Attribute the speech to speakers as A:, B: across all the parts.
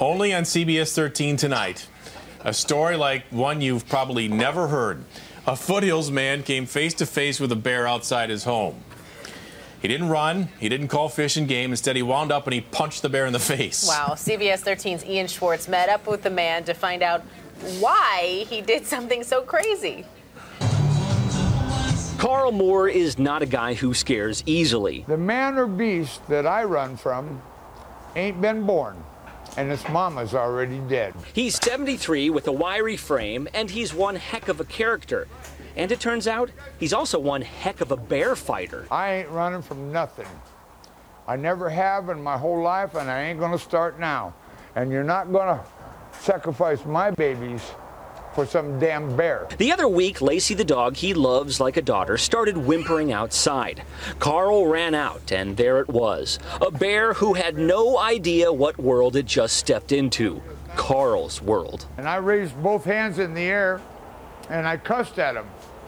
A: Only on CBS 13 tonight. A story like one you've probably never heard. A foothills man came face to face with a bear outside his home. He didn't run, he didn't call fish and game. Instead, he wound up and he punched the bear in the face.
B: Wow. CBS 13's Ian Schwartz met up with the man to find out why he did something so crazy.
C: Carl Moore is not a guy who scares easily.
D: The man or beast that I run from ain't been born, and its mama's already dead.
C: He's 73 with a wiry frame, and he's one heck of a character. And it turns out he's also one heck of a bear fighter.
D: I ain't running from nothing. I never have in my whole life, and I ain't gonna start now. And you're not gonna sacrifice my babies for some damn bear.
C: The other week, Lacey the dog he loves like a daughter started whimpering outside. Carl ran out, and there it was a bear who had no idea what world it just stepped into Carl's world.
D: And I raised both hands in the air, and I cussed at him.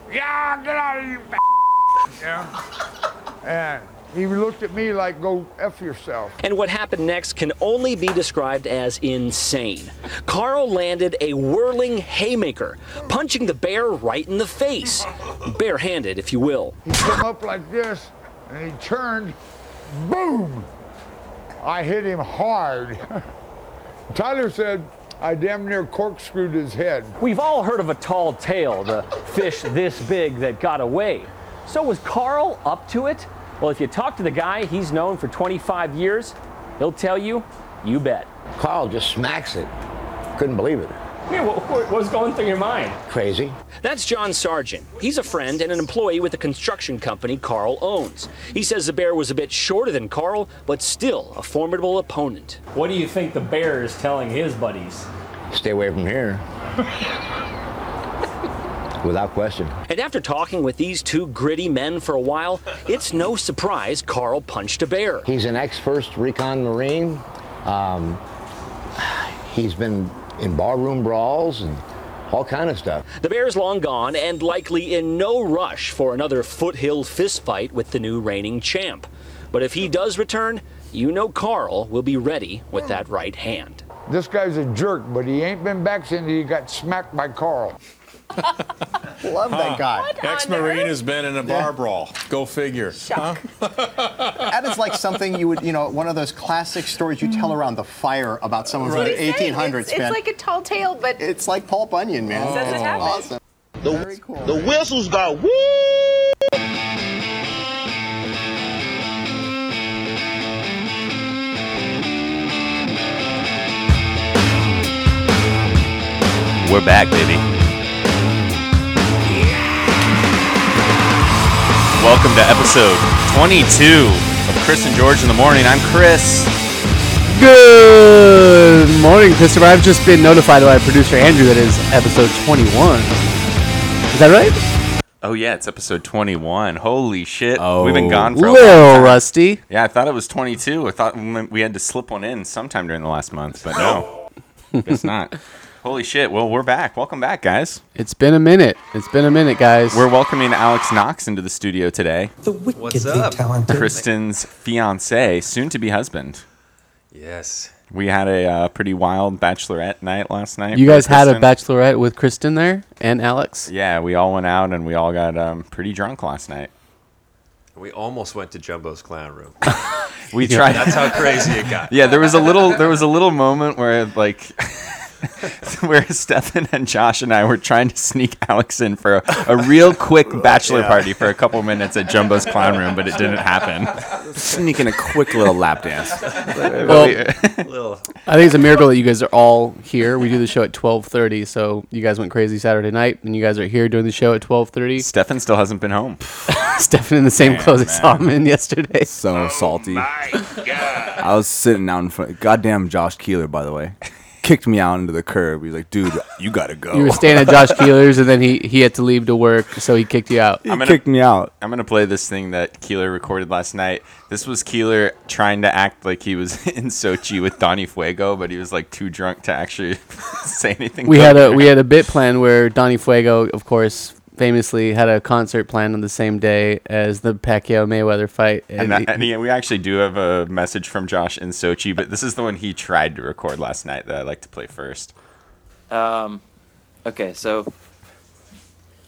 D: Yeah, get out of you, b-. yeah. And he looked at me like, go f yourself.
C: And what happened next can only be described as insane. Carl landed a whirling haymaker, punching the bear right in the face. Barehanded, if you will.
D: He came up like this, and he turned. Boom! I hit him hard. Tyler said I damn near corkscrewed his head.
E: We've all heard of a tall tale, the fish this big that got away. So was Carl up to it? Well, if you talk to the guy he's known for 25 years, he'll tell you, you bet.
F: Carl just smacks it. Couldn't believe it.
E: what was going through your mind?
F: Crazy.
C: That's John Sargent. He's a friend and an employee with a construction company Carl owns. He says the bear was a bit shorter than Carl, but still a formidable opponent.
E: What do you think the bear is telling his buddies?
F: Stay away from here. Without question.
C: And after talking with these two gritty men for a while, it's no surprise Carl punched a bear.
F: He's an ex first recon Marine. Um, he's been in barroom brawls and all kind of stuff.
C: The bear's long gone and likely in no rush for another foothill fistfight with the new reigning champ. But if he does return, you know Carl will be ready with that right hand.
D: This guy's a jerk, but he ain't been back since he got smacked by Carl.
G: Love that guy.
A: Ex Marine has been in a bar brawl. Go figure.
B: Chuck.
G: That is like something you would, you know, one of those classic stories you tell around the fire about someone from
A: Right.
G: the
A: What
B: He's saying
G: 1800s.
B: It's, it's
G: man.
B: like a tall tale, but
G: it's like Paul Bunyan, man.
B: Says it
G: it's
B: happened.
G: awesome.
H: The,
G: Very cool.
H: the whistles go woo. We're back, baby. Welcome to episode 22 of Chris and George in the morning. I'm Chris.
G: Good morning, Christopher. I've just been notified by producer Andrew that is episode 21. Is that right?
H: Oh yeah, it's episode 21. Holy shit. We've been gone for a long
G: Little
H: time.
G: rusty.
H: Yeah, I thought it was 22. I thought we we had to slip one in sometime during the last month, but no, it's not. Holy shit! Well, we're back. Welcome back, guys.
G: It's been a minute. It's been a minute, guys.
H: We're welcoming Alex Knox into the studio today.
I: The wickedly talented.
H: Kristen's fiance, soon to be husband.
I: Yes.
H: We had a uh, pretty wild bachelorette night last night.
G: you
H: for
G: guys had a
H: Kristen.
G: bachelorette with Kristen there and Alex.
H: Yeah, we all went out and we all got um, pretty drunk last night.
I: We almost went to Jumbo's clown room.
H: We tried.
I: That's how crazy it got.
H: Yeah, there was a little there was a little moment where like where Stefan and Josh and I were trying to sneak Alex in for a, a real quick bachelor party for a couple minutes at Jumbo's clown room, but it didn't happen.
J: sneaking a quick little lap dance.
G: Well,
I: Little,
G: I think it's a miracle that you guys are all here. We do the show at 12:30, so you guys went crazy Saturday night, and you guys are here doing the show at 12:30.
H: Stefan still hasn't been home.
G: Stefan in the same
H: Man,
G: clothes I saw
H: man.
G: him in yesterday.
J: So
H: Oh
J: salty. I was sitting out in front. Goddamn, Josh Keeler, by the way, kicked me out into the curb. He's like, "Dude, you gotta go."
G: You were staying at Josh Keeler's, and then he he had to leave to work, so he kicked you out.
J: he
H: I'm gonna-
J: kicked me out.
H: I'm gonna play this thing that Keeler recorded last night. This was Keeler trying to act like he was in Sochi with Donnie Fuego, but he was like too drunk to actually say anything.
G: We had a we had a bit plan where Donnie Fuego, of course, famously had a concert planned on the same day as the Pacquiao Mayweather fight.
H: And,
G: he-
H: that- and yeah, we actually do have a message from Josh in Sochi, but this is the one he tried to record last night that I like to play first.
K: Um, okay, so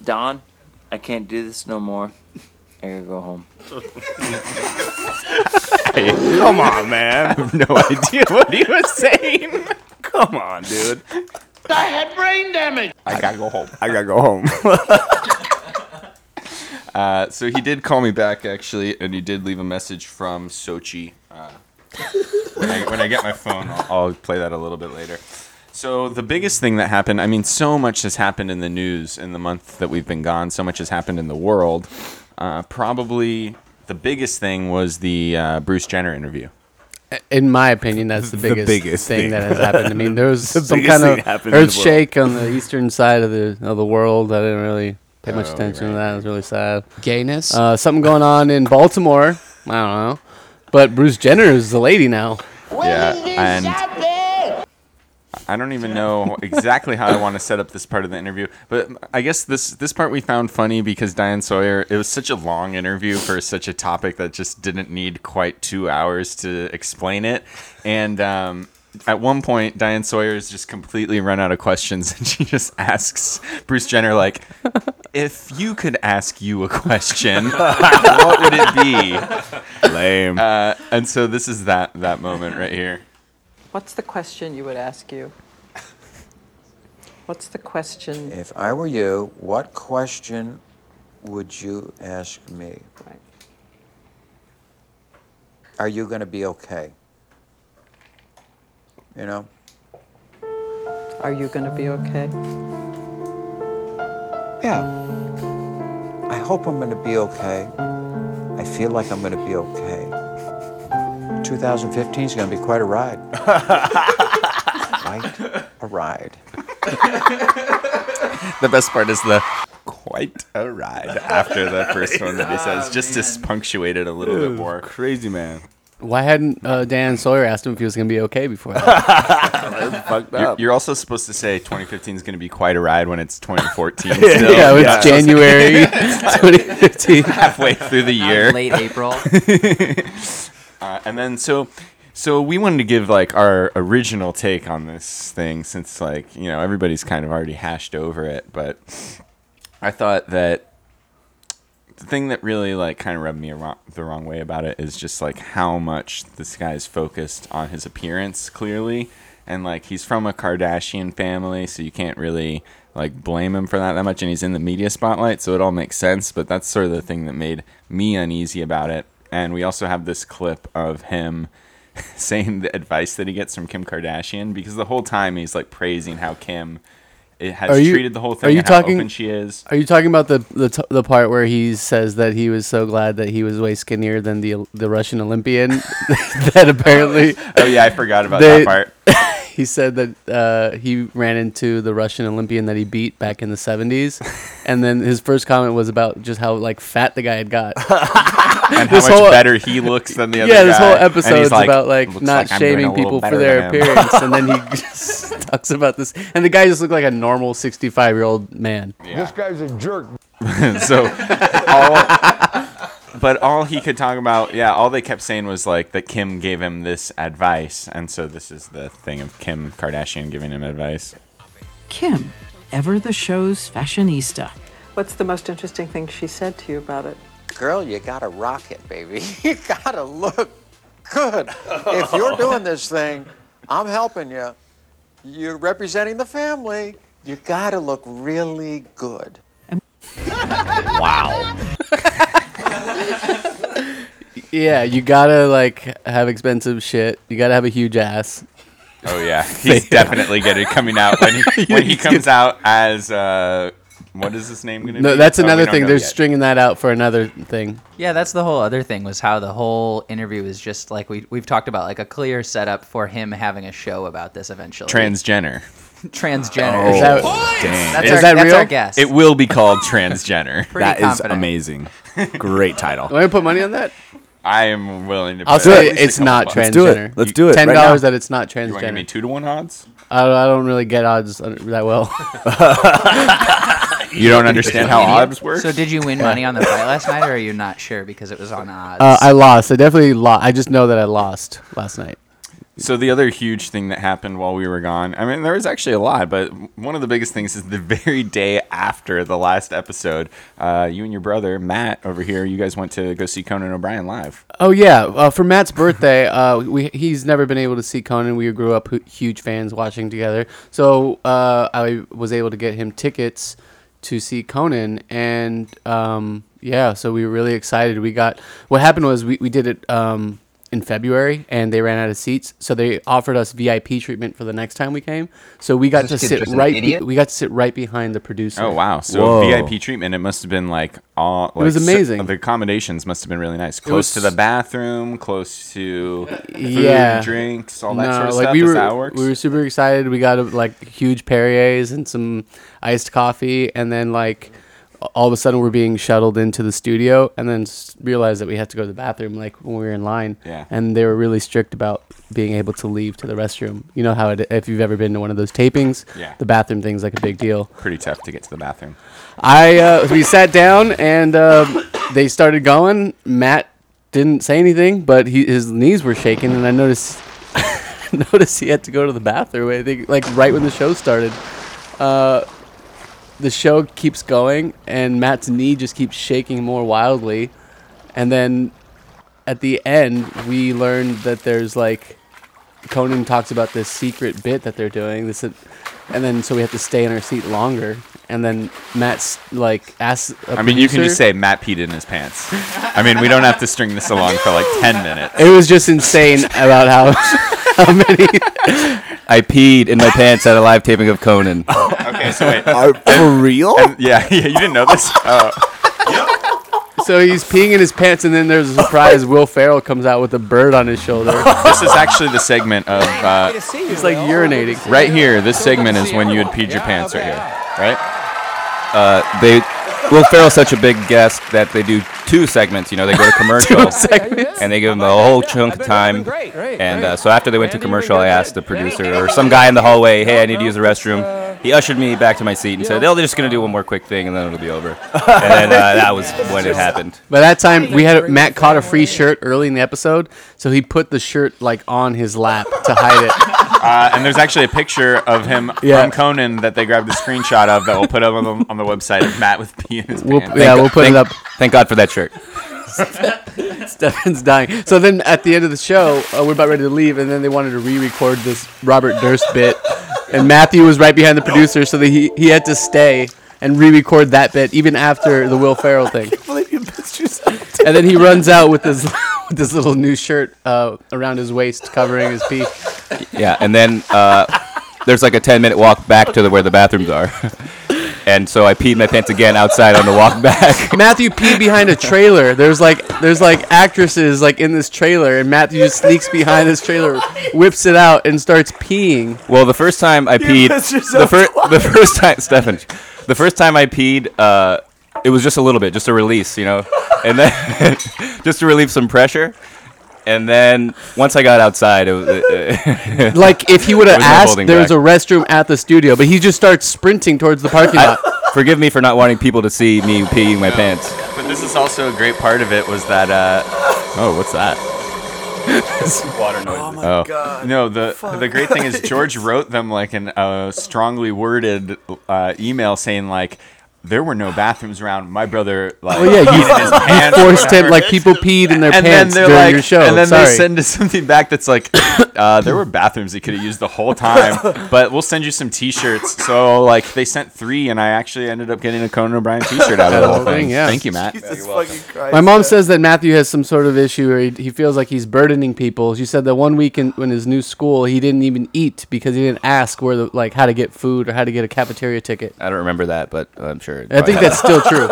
K: Don, I can't do this no more. I gotta go home.
H: Hey, come on, man. I have no idea what he was saying. Come on, dude.
F: I had brain damage.
H: I gotta go home. I gotta go home. uh, so he did call me back actually, and he did leave a message from Sochi. Uh, when, I, when I get my phone, I'll, I'll play that a little bit later. So the biggest thing that happened, I mean, so much has happened in the news in the month that we've been gone. So much has happened in the world. Uh, probably the biggest thing was the uh, Bruce Jenner interview.
G: in my opinion, that's the
H: The
G: biggest,
H: biggest
G: thing,
H: thing.
G: that has happened. I mean, there was
H: The
G: some
H: biggest
G: kind
H: thing
G: of
H: happened in the world.
G: earthshake on the eastern side of the of the world. I didn't really pay much
L: Oh,
G: attention
L: right.
G: to that. It was really sad.
L: Gayness?
G: Uh, something going on in Baltimore. I don't know, but Bruce Jenner is the lady now.
H: Yeah, and I don't even know exactly how I want to set up this part of the interview, but I guess this this part we found funny because Diane Sawyer. It was such a long interview for such a topic that just didn't need quite two hours to explain it, and. Um, at one point, Diane Sawyer's just completely run out of questions, and she just asks Bruce Jenner, like, "If you could ask you a question, what would it be?" Lame. Uh, and so this is that that moment right here.
M: What's the question you would ask you? What's the question?
N: If I were you, what question would you ask me? Are you going to be okay? You know?
M: Are you going to be okay?
N: Yeah. I hope I'm going to be okay. I feel like I'm going to be okay. 2015 is going to be quite a ride. quite a ride.
H: The best part is the quite a ride after the first one that he
G: Oh,
H: says, just to punctuate it a little bit
O: Ooh,
H: more. Crazy man.
G: Why hadn't uh, Dan Sawyer asked him if he was going to be okay before that?
H: Fucked
G: up.
H: You're, you're also supposed to say 2015 is going to be quite a ride when it's 2014. still.
G: Yeah, when it's January
H: It's like
G: 2015.
H: Halfway through the
G: Now
H: year.
G: late April.
H: uh, and then so. So we wanted to give like our original take on this thing since like, you know, everybody's kind of already hashed over it, but I thought that the thing that really like kind of rubbed me wrong, the wrong way about it is just like how much this guy's focused on his appearance clearly and like he's from a kardashian family so you can't really like blame him for that that much and he's in the media spotlight so it all makes sense but that's sort of the thing that made me uneasy about it and we also have this clip of him saying the advice that he gets from kim kardashian because the whole time he's like praising how kim it has treated the whole thing and how open she is
G: Are you talking about the the, t- the part where he says that he was so glad that he was way skinnier than the the Russian Olympian that apparently?
H: Oh, yeah, I forgot about that part.
G: He said that uh, he ran into the Russian Olympian that he beat back in the '70s, and then his first comment was about just how like fat the guy had got.
H: and how much better he looks than the other
G: yeah, this
H: guy.
G: whole
H: And he's
G: episode's
H: like,
G: about like
H: "Looks
G: not
H: like I'm doing a
G: shaming
H: little
G: people for
H: better
G: their
H: than him."
G: appearance, and then he just talks about this, and the guy just looked like a normal 65 year old man.
D: This guy's a jerk.
H: so all but all he could talk about yeah all they kept saying was like that kim gave him this advice and so this is the thing of kim kardashian giving him advice
P: Kim, ever the show's fashionista.
M: What's the most interesting thing she said to you about it?
N: Girl, you gotta rock it, baby. You gotta look good. If you're doing this thing, I'm helping you. You're representing the family. You gotta look really good.
H: Wow.
G: Yeah, you gotta like have expensive shit. You gotta have a huge ass.
H: oh yeah he's definitely getting coming out when he, when he comes out as uh what is his name gonna be
G: No, that's
H: Oh, we
G: another
H: don't
G: thing.
H: know
G: They're
H: yet.
G: stringing that out for another thing.
L: Yeah, that's the whole other thing was how the whole interview was just like we we've talked about like a clear setup for him having a show about this eventually.
H: transgender
L: transgender.
H: Is that- Boys!
L: That's
H: Dang. Oh. Is that
L: our, that's our
H: real?
L: guess.
H: It will be called transgender.
L: Pretty That is confident.
H: amazing. Great title.
G: Want me to put money on that?
H: I am willing to.
G: I'll
H: bet
G: say
H: at least a
G: it's
H: couple
G: not
H: bucks.
G: Let's do it. transgender. Let's do it
H: You-
G: $10 right now. that it's not
H: You wanna give me
G: transgender.
H: two to one odds?
G: I don't, I don't really get odds on- that well.
H: You don't understand how odds work.
L: So did you win money on the fight last night, or are you not sure because it was on odds?
G: Uh, I lost. I definitely lost. I just know that I lost last night.
H: So the other huge thing that happened while we were gone, I mean, there was actually a lot, but one of the biggest things is the very day after the last episode, uh, you and your brother Matt over here, you guys went to go see Conan O'Brien live.
G: Oh yeah, uh, for Matt's birthday, uh, we he's never been able to see Conan. We grew up hu- huge fans watching together, so uh, I was able to get him tickets to see Conan, and um, yeah, so we were really excited. We got what happened was we we did it. Um, in February, and they ran out of seats, so they offered us VIP treatment for the next time we came. So we got to
H: This kid's
G: sit
H: just an
G: right. be-
H: idiot.
G: we got to sit right behind the producer.
H: Oh wow! So
G: Whoa.
H: VIP treatment. It must have been like all. Like,
G: It was
H: so-
G: amazing.
H: the accommodations must have been really nice. Close
G: was-
H: to the bathroom, close to food,
G: yeah,
H: drinks, all that
G: No,
H: sort of
G: like
H: stuff.
G: We
H: Is
G: were,
H: that how it works?
G: we were super excited. We got uh, like huge Perrier's and some iced coffee, and then like all of a sudden we're being shuttled into the studio, and then s- realized that we had to go to the bathroom like when we were in line.
H: Yeah.
G: and they were really strict about being able to leave to the restroom. You know how it, if you've ever been to one of those tapings,
H: Yeah.
G: the bathroom thing's like a big deal.
H: Pretty tough to get to the bathroom.
G: I uh, we sat down and um they started going. Matt didn't say anything, but he, his knees were shaking, and I noticed noticed he had to go to the bathroom. I think like right when the show started. Uh, the show keeps going, and Matt's knee just keeps shaking more wildly, and then at the end we learned that there's like Conan talks about this secret bit that they're doing. This, and then so we have to stay in our seat longer. And then Matt's like asks. I
H: I mean, you can just say Matt peed in his pants. I mean, we don't have to string this along for like ten minutes.
G: It was just insane about how how many.
O: I peed in my pants at a live taping of Conan.
G: Oh.
H: Okay, so wait.
O: for real?
H: yeah, yeah, you didn't know this. Oh.
G: So he's peeing in his pants, and then there's a surprise. Will Ferrell comes out with a bird on his shoulder.
H: this is actually the segment of uh,
G: He's like urinating.
H: right here. This segment is when you had peed your pants right here, right?
O: Uh, they Will Ferrell's such a big guest that they do two segments. You know, they go to commercial and they give him a whole chunk of time. And uh, so after they went to commercial, I asked the producer or some guy in the hallway, "Hey, I need to use the restroom." He ushered me back to my seat and said, "Oh, they're just gonna do one more quick thing and then it'll be over." And then uh, that was when it happened.
G: By that time, we had Matt caught a free shirt early in the episode, so he put the shirt like on his lap to hide it.
H: Uh, and there's actually a picture of him
G: Yeah.
H: from Conan that they grabbed a screenshot of that we'll put up on the, on the website of Matt with pee in his
G: We'll-
H: pants.
G: yeah, we'll put it up.
O: Thank God for that shirt.
G: Stefan's dying. So then at the end of the show, uh, we're about ready to leave, and then they wanted to re-record this Robert Durst bit, and Matthew was right behind the producer, so that he he had to stay and re-record that bit even after the Will Ferrell thing. And then he runs out with his with his little new shirt uh, around his waist, covering his pee.
O: Yeah, and then uh, there's like a 10 minute walk back to the, where the bathrooms are. and so I peed my pants again outside on the walk back.
G: Matthew peed behind a trailer. There's like there's like actresses like in this trailer, and Matthew just sneaks behind this trailer, whips it out, and starts peeing.
O: Well, the first time I peed,
G: pissed
O: the,
G: yourself
O: fir- the first time, Stefan, the first time I peed, uh, it was just a little bit, just a release, you know, and then just to relieve some pressure. And then once I got outside, it was,
G: Like if he would have
O: There was no
G: asked,
O: holding
G: there was a
O: back.
G: restroom at the studio, but he just starts sprinting towards the parking lot.
O: forgive me for not wanting people to see me peeing my pants.
H: But this is also a great part of it was that. Uh,
O: oh, what's that?
H: water noise. Oh my god! No, the the great thing is George wrote them like an uh, strongly worded uh, email saying like. There were no bathrooms around. My brother, like,
G: Well, Oh, yeah, you,
H: peed in his
G: you
H: pants or
G: forced him.
H: whatever.
G: Like people peed in their
H: and
G: pants
H: then
G: during
H: they're like,
G: your show.
H: and then
G: Sorry.
H: they send us something back that's like, uh, there were bathrooms you could have used the whole time, but we'll send you some T-shirts. So like, they sent three, and I actually ended up getting a Conan O'Brien T-shirt out of the whole thing.
G: yeah.
H: Thank you, Matt.
G: My mom says that Matthew has some sort of issue where he, he feels like he's burdening people. She said that one week in when his new school, he didn't even eat because he didn't ask where the like how to get food or how to get a cafeteria ticket.
O: I don't remember that, but I'm sure. it
G: I think
O: probably
G: that's still true.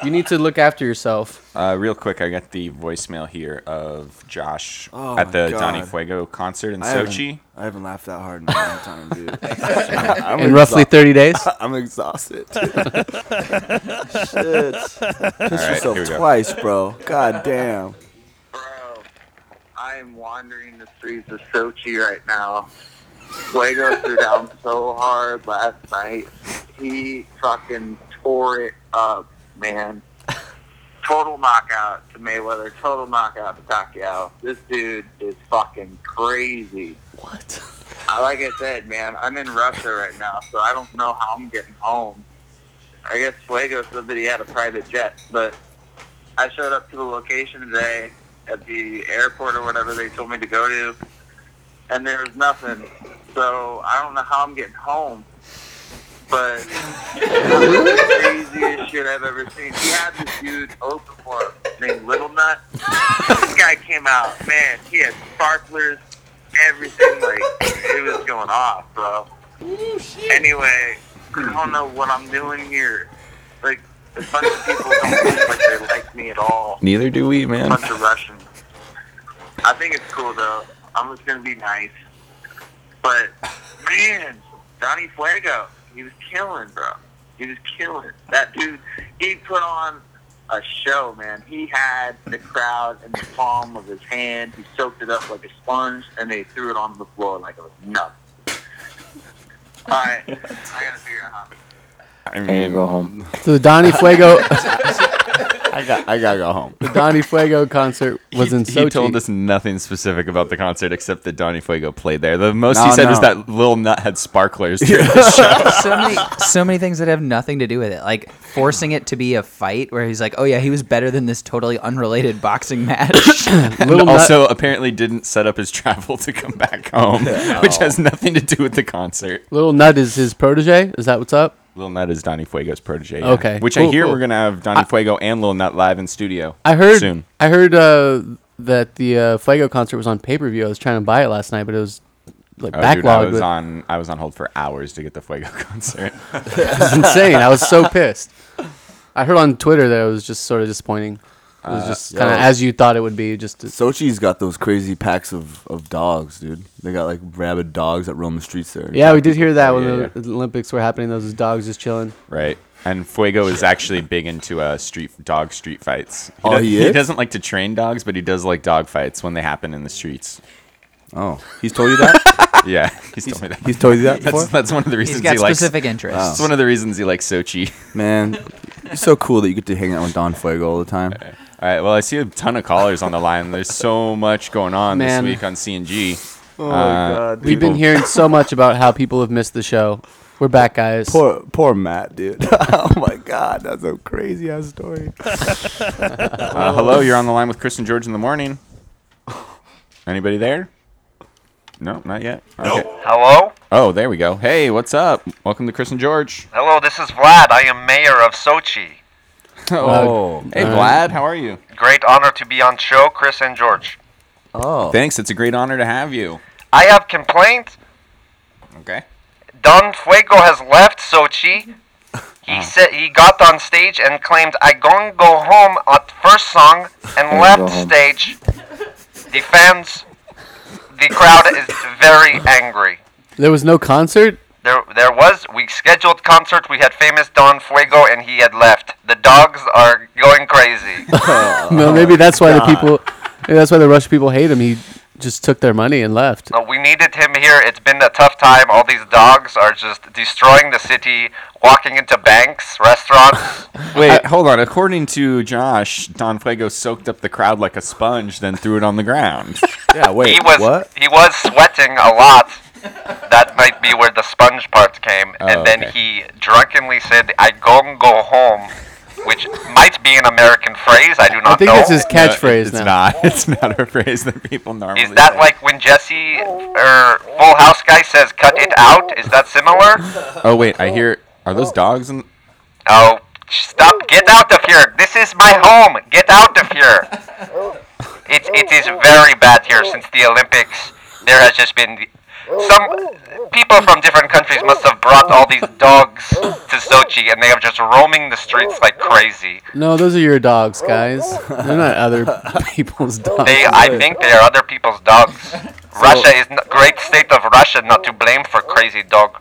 G: you need to look after yourself.
H: Uh, real quick, I got the voicemail here of Josh
J: Oh
H: at
J: my
H: the Donny
J: God.
H: Fuego concert in
J: I haven't-
H: Sochi.
J: I haven't laughed that hard in a long time, dude.
G: In roughly 30 days?
J: I'm exhausted.
F: Shit.
J: Piss
F: All right,
J: yourself
F: here we go.
J: twice, bro. God damn.
Q: I'm wandering the streets of Sochi right now. Fuego threw down so hard last night. he fucking tore it up, man. Total knockout to Mayweather. Total knockout to Pacquiao. This dude is fucking crazy. What? I, like I said, man, I'm in Russia right now, so I don't know how I'm getting home. I guess Fuego said that he had a private jet, but I showed up to the location today at the airport or whatever they told me to go to, and there was nothing. So I don't know how I'm getting home, but it's the craziest shit I've ever seen. He had this huge open for him named Little Nut. this guy came out, man. He had sparklers, everything. Like it was going off, bro. Anyway, I don't know what I'm doing here. Like a bunch of people don't look like they like me at all.
H: Neither do we, man.
Q: A bunch of Russians. I think it's cool though. I'm just gonna be nice. But man, Donnie Fuego, he was killing, bro. He was killing. That dude, he put on a show, man. He had the crowd in the palm of his hand. He soaked it up like a sponge, and they threw it on the floor like it was nothing. All right, I gotta figure out how.
H: I
F: mean, go home.
G: So the Donnie Fuego,
H: I got. I gotta go home.
G: the Donnie Fuego concert was in Sochi.
H: He told us nothing specific about the concert except that Donnie Fuego played there. The most he
G: No,
H: said was
G: no.
H: that Lil Nut had sparklers. through the
L: so many so many things that have nothing to do with it like forcing it to be a fight where he's like oh yeah he was better than this totally unrelated boxing match
H: And also, apparently, didn't set up his travel to come back home, which has nothing to do with the concert.
G: Little Nut is his protege. Is that what's up?
H: Lil Nut is Donnie Fuego's protege. yeah.
G: Okay,
H: Which I
G: cool,
H: hear
G: cool.
H: we're gonna have Donnie Fuego and Lil Nut live in studio.
G: I heard.
H: soon.
G: I heard uh, that the uh, Fuego concert was on pay per view. I was trying to buy it last night, but it was like
H: Oh, dude, I
G: backlogged.
H: was
G: with-
H: on. I was on hold for hours to get the Fuego concert.
G: it was insane. I was so pissed. I heard on Twitter that it was just sort of disappointing. It was
J: Uh,
G: just
J: yo.
G: kind of as you thought it would be. Just
J: Sochi's got those crazy packs of, of dogs, dude. They got like rabid dogs that roam the streets there.
G: yeah, we did hear that
J: Oh,
G: when
J: yeah,
G: the Olympics were happening. Those dogs just chilling.
H: Right. And Fuego is actually big into uh, street dog street fights. He
J: Oh,
H: does-
J: he is?
H: doesn't like to train dogs, but he does like dog fights when they happen in the streets.
J: Oh, he's told you that?
H: yeah, he's, told me that.
J: he's told you that
H: That's,
J: before?
H: that's one of the
J: He's
H: reasons
J: got
H: he likes
J: specific interests.
H: It's one of the reasons he likes Sochi.
J: Man, it's so cool that you get to hang out with Don Fuego all the time.
H: All right. Well, I see a ton of callers on the line. There's so much going on
G: Man.
H: this week on CNG.
J: Oh, God,
G: We've
H: Uh,
G: been
H: people-
G: hearing so much about how people have missed the show. We're back, guys.
J: Poor, poor Matt, dude. oh my God, that's a crazy ass story.
H: Uh, hello, you're on the line with Chris and George in the morning. Anybody there? No, not yet. Okay.
R: Hello?
H: Oh, there we go. Hey, what's up? Welcome to Chris and George.
R: Hello, this is Vlad. I am mayor of Sochi.
H: Oh, hey, Vlad, how are you?
R: Great honor to be on show, Chris and George.
H: Oh, thanks. It's a great honor to have you.
R: I have complaint.
H: Okay.
R: Don Fuego has left Sochi.
H: Uh-huh.
R: He said he got on stage and claimed I gon' go home at first song
F: Gonna
R: and
F: go
R: left
F: home.
R: stage. The fans, the crowd is very angry.
G: There was no concert.
R: There, there was. We scheduled concert. We had famous Don Fuego, and he had left. The dogs are going crazy.
J: Oh
G: no, maybe that's why the people. Maybe that's why the Russian people hate him. He just took their money and left.
R: No, we needed him here. It's been a tough time. All these dogs are just destroying the city, walking into banks, restaurants.
H: Wait, Uh, hold on. According to Josh, Don Fuego soaked up the crowd like a sponge, then threw it on the ground.
J: yeah, wait.
R: he was he was sweating a lot. That might be where the sponge part came,
H: Oh,
R: and then
H: okay.
R: he drunkenly said, "I gon' go home," which might be an American phrase. I do not know.
H: catchphrase it's not. It's not a phrase that people normally
R: Is that
H: say.
R: like when Jesse or Full House guy says "cut it out"? Is that similar?
H: Oh, wait. I hear. Are those dogs in.
R: Oh, stop! Get out of here! This is my home. Get out of here! It it is very bad here since the Olympics. There has just been some people from different countries must have brought all these dogs to Sochi, and they are just roaming the streets like crazy.
G: No, those are your dogs, guys. They're not other people's dogs.
R: They, I think, they are other people's dogs. Russia is n great state of Russia not to blame for crazy dog.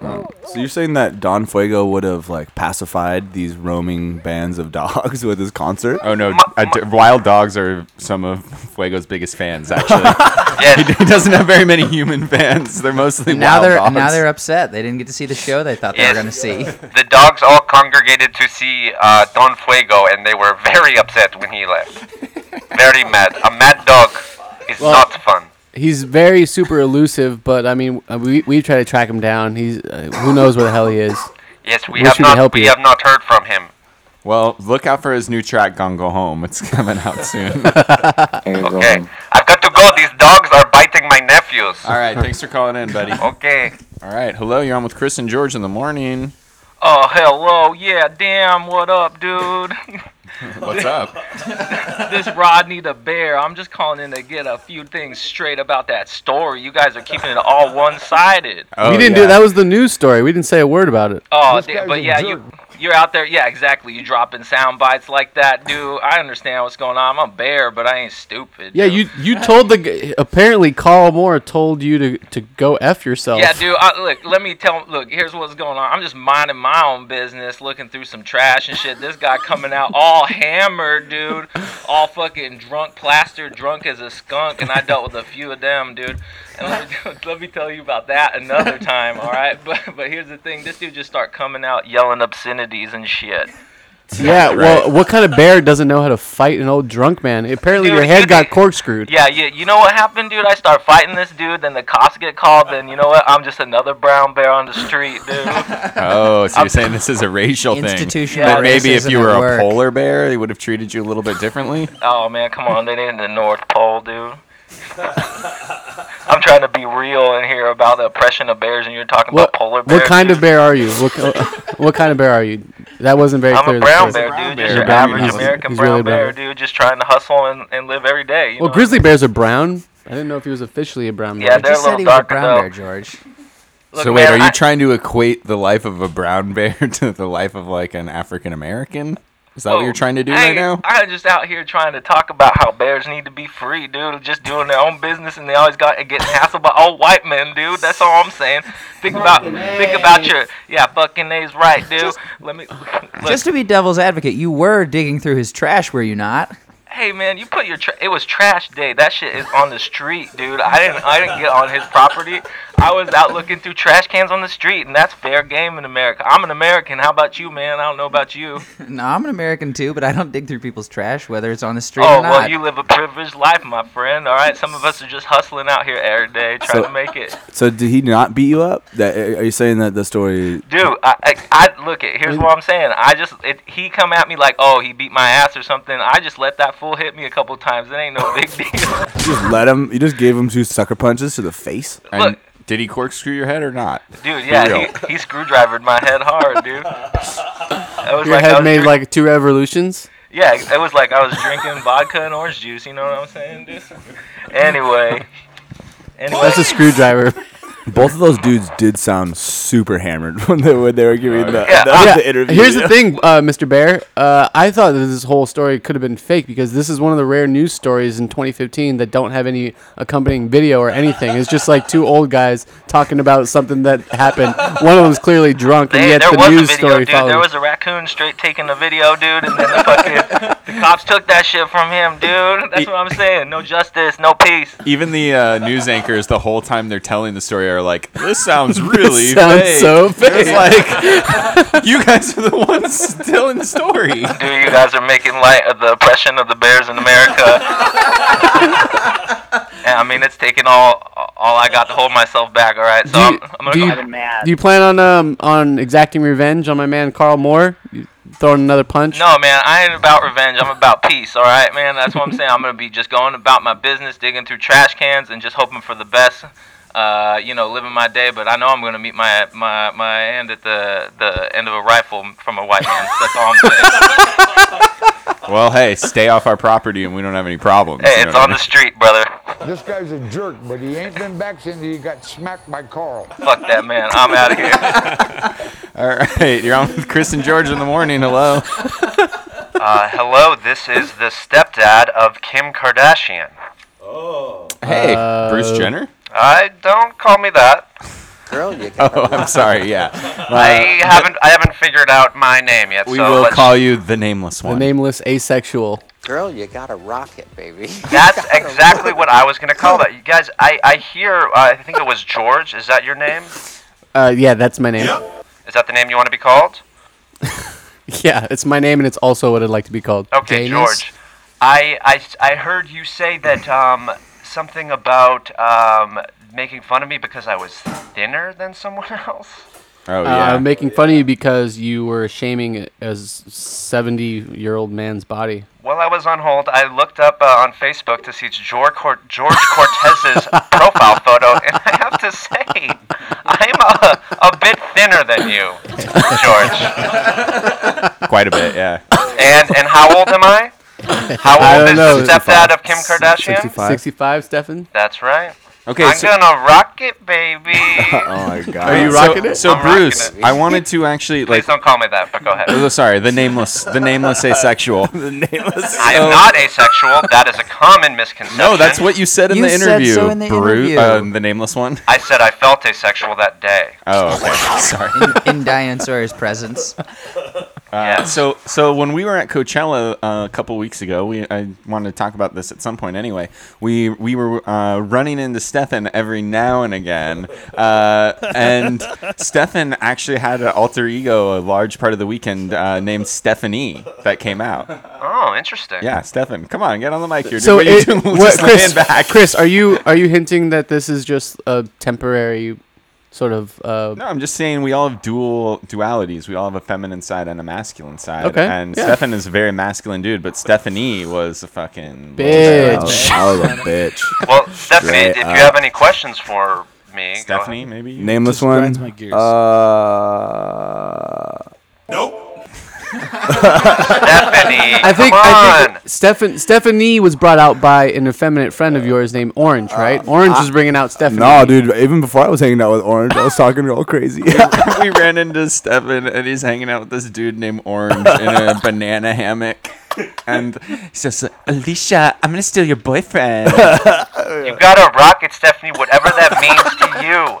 J: So you're saying that Don Fuego would have like pacified these roaming bands of dogs with his concert?
O: Oh no, uh, d- wild dogs are some of Fuego's biggest fans. Actually, he, d- he doesn't have very many human fans. They're mostly
L: now
O: wild
L: they're
O: dogs.
L: now they're upset. They didn't get to see the show they thought they
R: Yes.
L: were going to see.
R: The dogs all congregated to see uh, Don Fuego, and they were very upset when he left. Very mad. A mad dog is
G: Well-
R: not fun.
G: He's very super elusive, but I mean, uh, we we try to track him down. He's uh, who knows where the hell he is.
R: Yes, we
G: Wish
R: have
G: could
R: not
G: help
R: we
G: you.
R: have not heard from him.
O: Well, look out for his new track "Gone Go Home." It's coming out soon.
R: okay, I've got to go. These dogs are biting my nephews.
O: All right, thanks for calling in, buddy.
R: Okay.
O: All right, hello. You're on with Chris and George in the morning.
S: Oh, hello. Yeah, damn. What up, dude?
O: What's up?
S: this Rodney the Bear. I'm just calling in to get a few things straight about that story. You guys are keeping it all one-sided.
O: Oh,
G: we didn't do that. Was the news story? We didn't say a word about it.
S: Oh, da- but yeah, you you're out there. Yeah, exactly. You dropping sound bites like that, dude. I understand what's going on. I'm a bear, but I ain't stupid.
G: Yeah, you you told the g- apparently Carl Moore told you to to go f yourself.
S: Yeah, dude. I, look, let me tell. Look, here's what's going on. I'm just minding my own business, looking through some trash and shit. This guy coming out all hammered, dude, all fucking drunk, plastered, drunk as a skunk, and I dealt with a few of them, dude. And let me, let me tell you about that another time, all right? But but here's the thing. This dude just start coming out yelling obscenities and shit.
G: Yeah,
S: Right.
G: well, what kind of bear doesn't know how to fight an old drunk man? Apparently,
S: Dude,
G: your
S: you
G: head got corkscrewed.
S: Yeah, yeah. You know what happened, dude? I start fighting this dude, then the cops get called, then you know what? I'm just another brown bear on the street, dude.
O: Oh, so you're saying this is a racial thing?
S: Institutional
O: But maybe if
S: racism
O: you
S: at
O: were a
S: work.
O: polar bear, they would have treated you a little bit differently.
S: Oh man, come on, they ain't the North Pole, dude. I'm trying to be real in here about the oppression of bears, and you're talking
G: What,
S: about polar bears.
G: what kind of bear are you? What, what kind of bear are you? That wasn't very
S: I'm
G: clear.
S: a
G: this
S: brown
G: first-
S: bear, dude. Just
G: You're
S: your
G: brown-
S: average
G: he's-
S: American
G: he's
S: brown
G: really
S: bear, dude. Just trying to hustle and, and live every day. You
G: Well,
S: know?
G: grizzly bears are brown. I didn't know if he was officially a brown bear.
S: Yeah, they're a little darker though. Look,
O: so wait,
S: man,
O: are you
S: I-
O: trying to equate the life of a brown bear to the life of like an African American? Is that what
S: Oh,
O: you're trying to do
S: Hey,
O: right now?
S: I'm just out here trying to talk about how bears need to be free, dude. Just doing their own business, and they always got and getting hassled by old white men, dude. That's all I'm saying. Think about, think about your, yeah, fucking A's right, dude. Let me. look.
L: Just to be devil's advocate, you were digging through his trash, were you not?
S: Hey man, you put your tra- it was trash day. That shit is on the street, dude. I didn't I didn't get on his property. I was out looking through trash cans on the street, and that's fair game in America. I'm an American. How about you, man? I don't know about you.
L: No, I'm an American too, but I don't dig through people's trash, whether it's on the street
S: Oh
L: or not.
S: well, you live a privileged life, my friend. All right, some of us are just hustling out here every day trying
J: So-
S: to make it.
J: So did he not beat you up? That are you saying that the story?
S: Dude, I, I, I look at here's what I'm saying. I just it, he come at me like, oh, he beat my ass or something. I just let that fool hit me a couple times. It ain't no big deal.
J: You just let him. You just gave him two sucker punches to the face.
S: And Look-
O: did he corkscrew your head or not?
S: Dude, yeah, he, he screwdrivered my head hard, dude. It was
G: Your
S: like I
G: head
S: was
G: made
S: drink-
G: like two revolutions.
S: yeah, it was like I was drinking vodka and orange juice. You know what I'm saying, dude? Anyway, anyway,
J: That's a screwdriver. Both of those dudes did sound super hammered when they when they were giving the, the, the interview.
G: Here's the thing, uh, Mr. Bear. Uh, I thought that this whole story could have been fake because this is one of the rare news stories in 2015 that don't have any accompanying video or anything. It's just like two old guys talking about something that happened. One of them's clearly drunk, and
S: Hey,
G: yet
S: there
G: the
S: was a
G: news
S: video,
G: story
S: dude. There
G: followed.
S: was a raccoon straight taking the video, dude, and then the fucking the cops took that shit from him, dude. That's what I'm saying. No justice, no peace.
O: Even the uh, news anchors, the whole time they're telling the story, are like, "This sounds really
G: sounds
O: fake."
G: so
O: It's
G: fake.
O: like you guys are the ones telling the story.
S: Dude, you guys are making light of the oppression of the bears in America. and, I mean, it's taking all all I got to hold myself back. All right, so
G: Do
S: I'm,
G: you,
S: I'm gonna
G: do
S: go
G: you-
S: ahead and mad.
G: do you plan on um, on exacting revenge on my man Carl Moore? You throwing another punch?
S: No, man, I ain't about revenge. I'm about peace, all right, man? That's what I'm saying. I'm going to be just going about my business, digging through trash cans, and just hoping for the best. Uh, you know, living my day, but I know I'm gonna meet my my my end at the the end of a rifle from a white man. That's all I'm saying.
O: Well, hey, stay off our property, and we don't have any problems.
S: hey,
O: you know
S: it's
O: what I
S: on
O: mean?
S: the street, brother.
D: This guy's a jerk, but he ain't been back since he got smacked by Carl.
S: Fuck that man. I'm out of here.
O: All right, you're on with Chris and George in the morning. Hello.
R: Uh, hello, this is the stepdad of Kim Kardashian.
O: Uh,
H: Uh,
O: Hey, Bruce Jenner.
R: I don't call me that. Girl, you got
H: Oh, I'm sorry. Yeah.
T: I
H: Uh,
T: haven't I haven't figured out my name yet.
H: we
T: so
H: will
T: let's-
H: call you the nameless
G: The
H: one.
G: nameless asexual.
R: Girl, you got a rocket, baby.
T: That's exactly what I was gonna call that. You guys, I I hear. Uh, I think it was George. Is that your name?
G: Uh, yeah, that's my name.
T: Is that the name you want to be called?
G: Yeah, it's my name, and it's also what I'd like to be called.
T: Okay,
G: Janus?
T: George. I, I I heard you say that um something about um making fun of me because I was thinner than someone else.
H: Oh
G: Uh, making fun of you because you were shaming a seventy-year-old man's body.
T: While I was on hold, I looked up uh, on Facebook to see George, Cor- George Cortez's profile photo, and I have to say, I'm a, a bit thinner than you, George.
H: Quite a bit, yeah.
T: And and how old am I? How
H: I
T: old
H: don't
T: is
H: know.
T: the stepdad of Kim
H: Sixty-
T: Kardashian?
H: 65.
G: Sixty-five, Stefan.
T: That's right.
H: Okay,
T: I'm
H: so-
T: gonna rock it, baby.
H: oh my god.
G: Are you
H: So-
G: rocking it?
H: So
G: I'm rocking
H: Bruce, I wanted to actually like.
T: Please don't call me that, but go ahead.
H: Oh, sorry, the nameless, the nameless asexual.
T: I
H: Oh.
T: am not asexual. That is a common misconception.
H: No, that's what you said in
T: You
H: the
T: said
H: interview.
T: so in the
H: Bru-
T: interview.
H: uh, the nameless one.
T: I said I felt asexual that day.
H: Oh, okay. Sorry.
L: in, in Dionysaur's presence.
H: Uh, so so when we were at Coachella uh, a couple weeks ago, we I wanted to talk about this at some point anyway. We we were uh, running into Stefan every now and again, uh, and Stefan actually had an alter ego a large part of the weekend uh, named Stephanie that came out.
T: Oh, interesting.
H: Yeah, Ah, Stefan, come on, get on the mic here.
G: So,
H: what are you
G: it-
H: doing? We'll
G: what,
H: just
G: Chris,
H: laying back.
G: Chris, are you are you hinting that this is just a temporary sort of? Uh,
H: No, I'm just saying we all have dual dualities. We all have a feminine side and a masculine side.
G: Okay,
H: And
G: yeah.
H: Stefan is a very masculine dude, but Stephanie was a fucking
G: Bitch.
J: I was a bitch.
T: Well, Stephanie,
J: Straight
T: if you
J: up.
T: have any questions for me, go
H: Stephanie,
T: ahead.
H: maybe
J: Nameless
H: grinds
J: one.
H: my gears.
J: Uh. Nope.
T: Stephanie,
G: I think,
T: come
G: I
T: on.
G: think Stefan Stephanie was brought out by an effeminate friend of yours named
T: Uh,
G: Orange, right? Orange was bringing out Stephanie.
J: No, dude. Even before I was hanging out with Orange, I was talking all crazy.
H: we ran into Stefan and he's hanging out with this dude named Orange in a banana hammock. And he's just like, Alicia, I'm gonna steal your boyfriend.
T: You gotta rock it, Stephanie, whatever that means to you.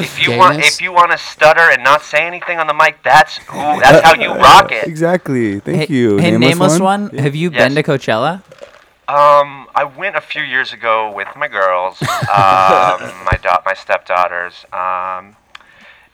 T: If you want,
J: Gayness?
T: if you want to stutter and not say anything on the mic, that's who, that's how you rock it.
J: Exactly.
L: Hey-
J: Thank you.
L: Hey, nameless one.
J: Yeah.
L: Have you been to Coachella?
T: Um, I went a few years ago with my girls, um, my da- my stepdaughters. Um,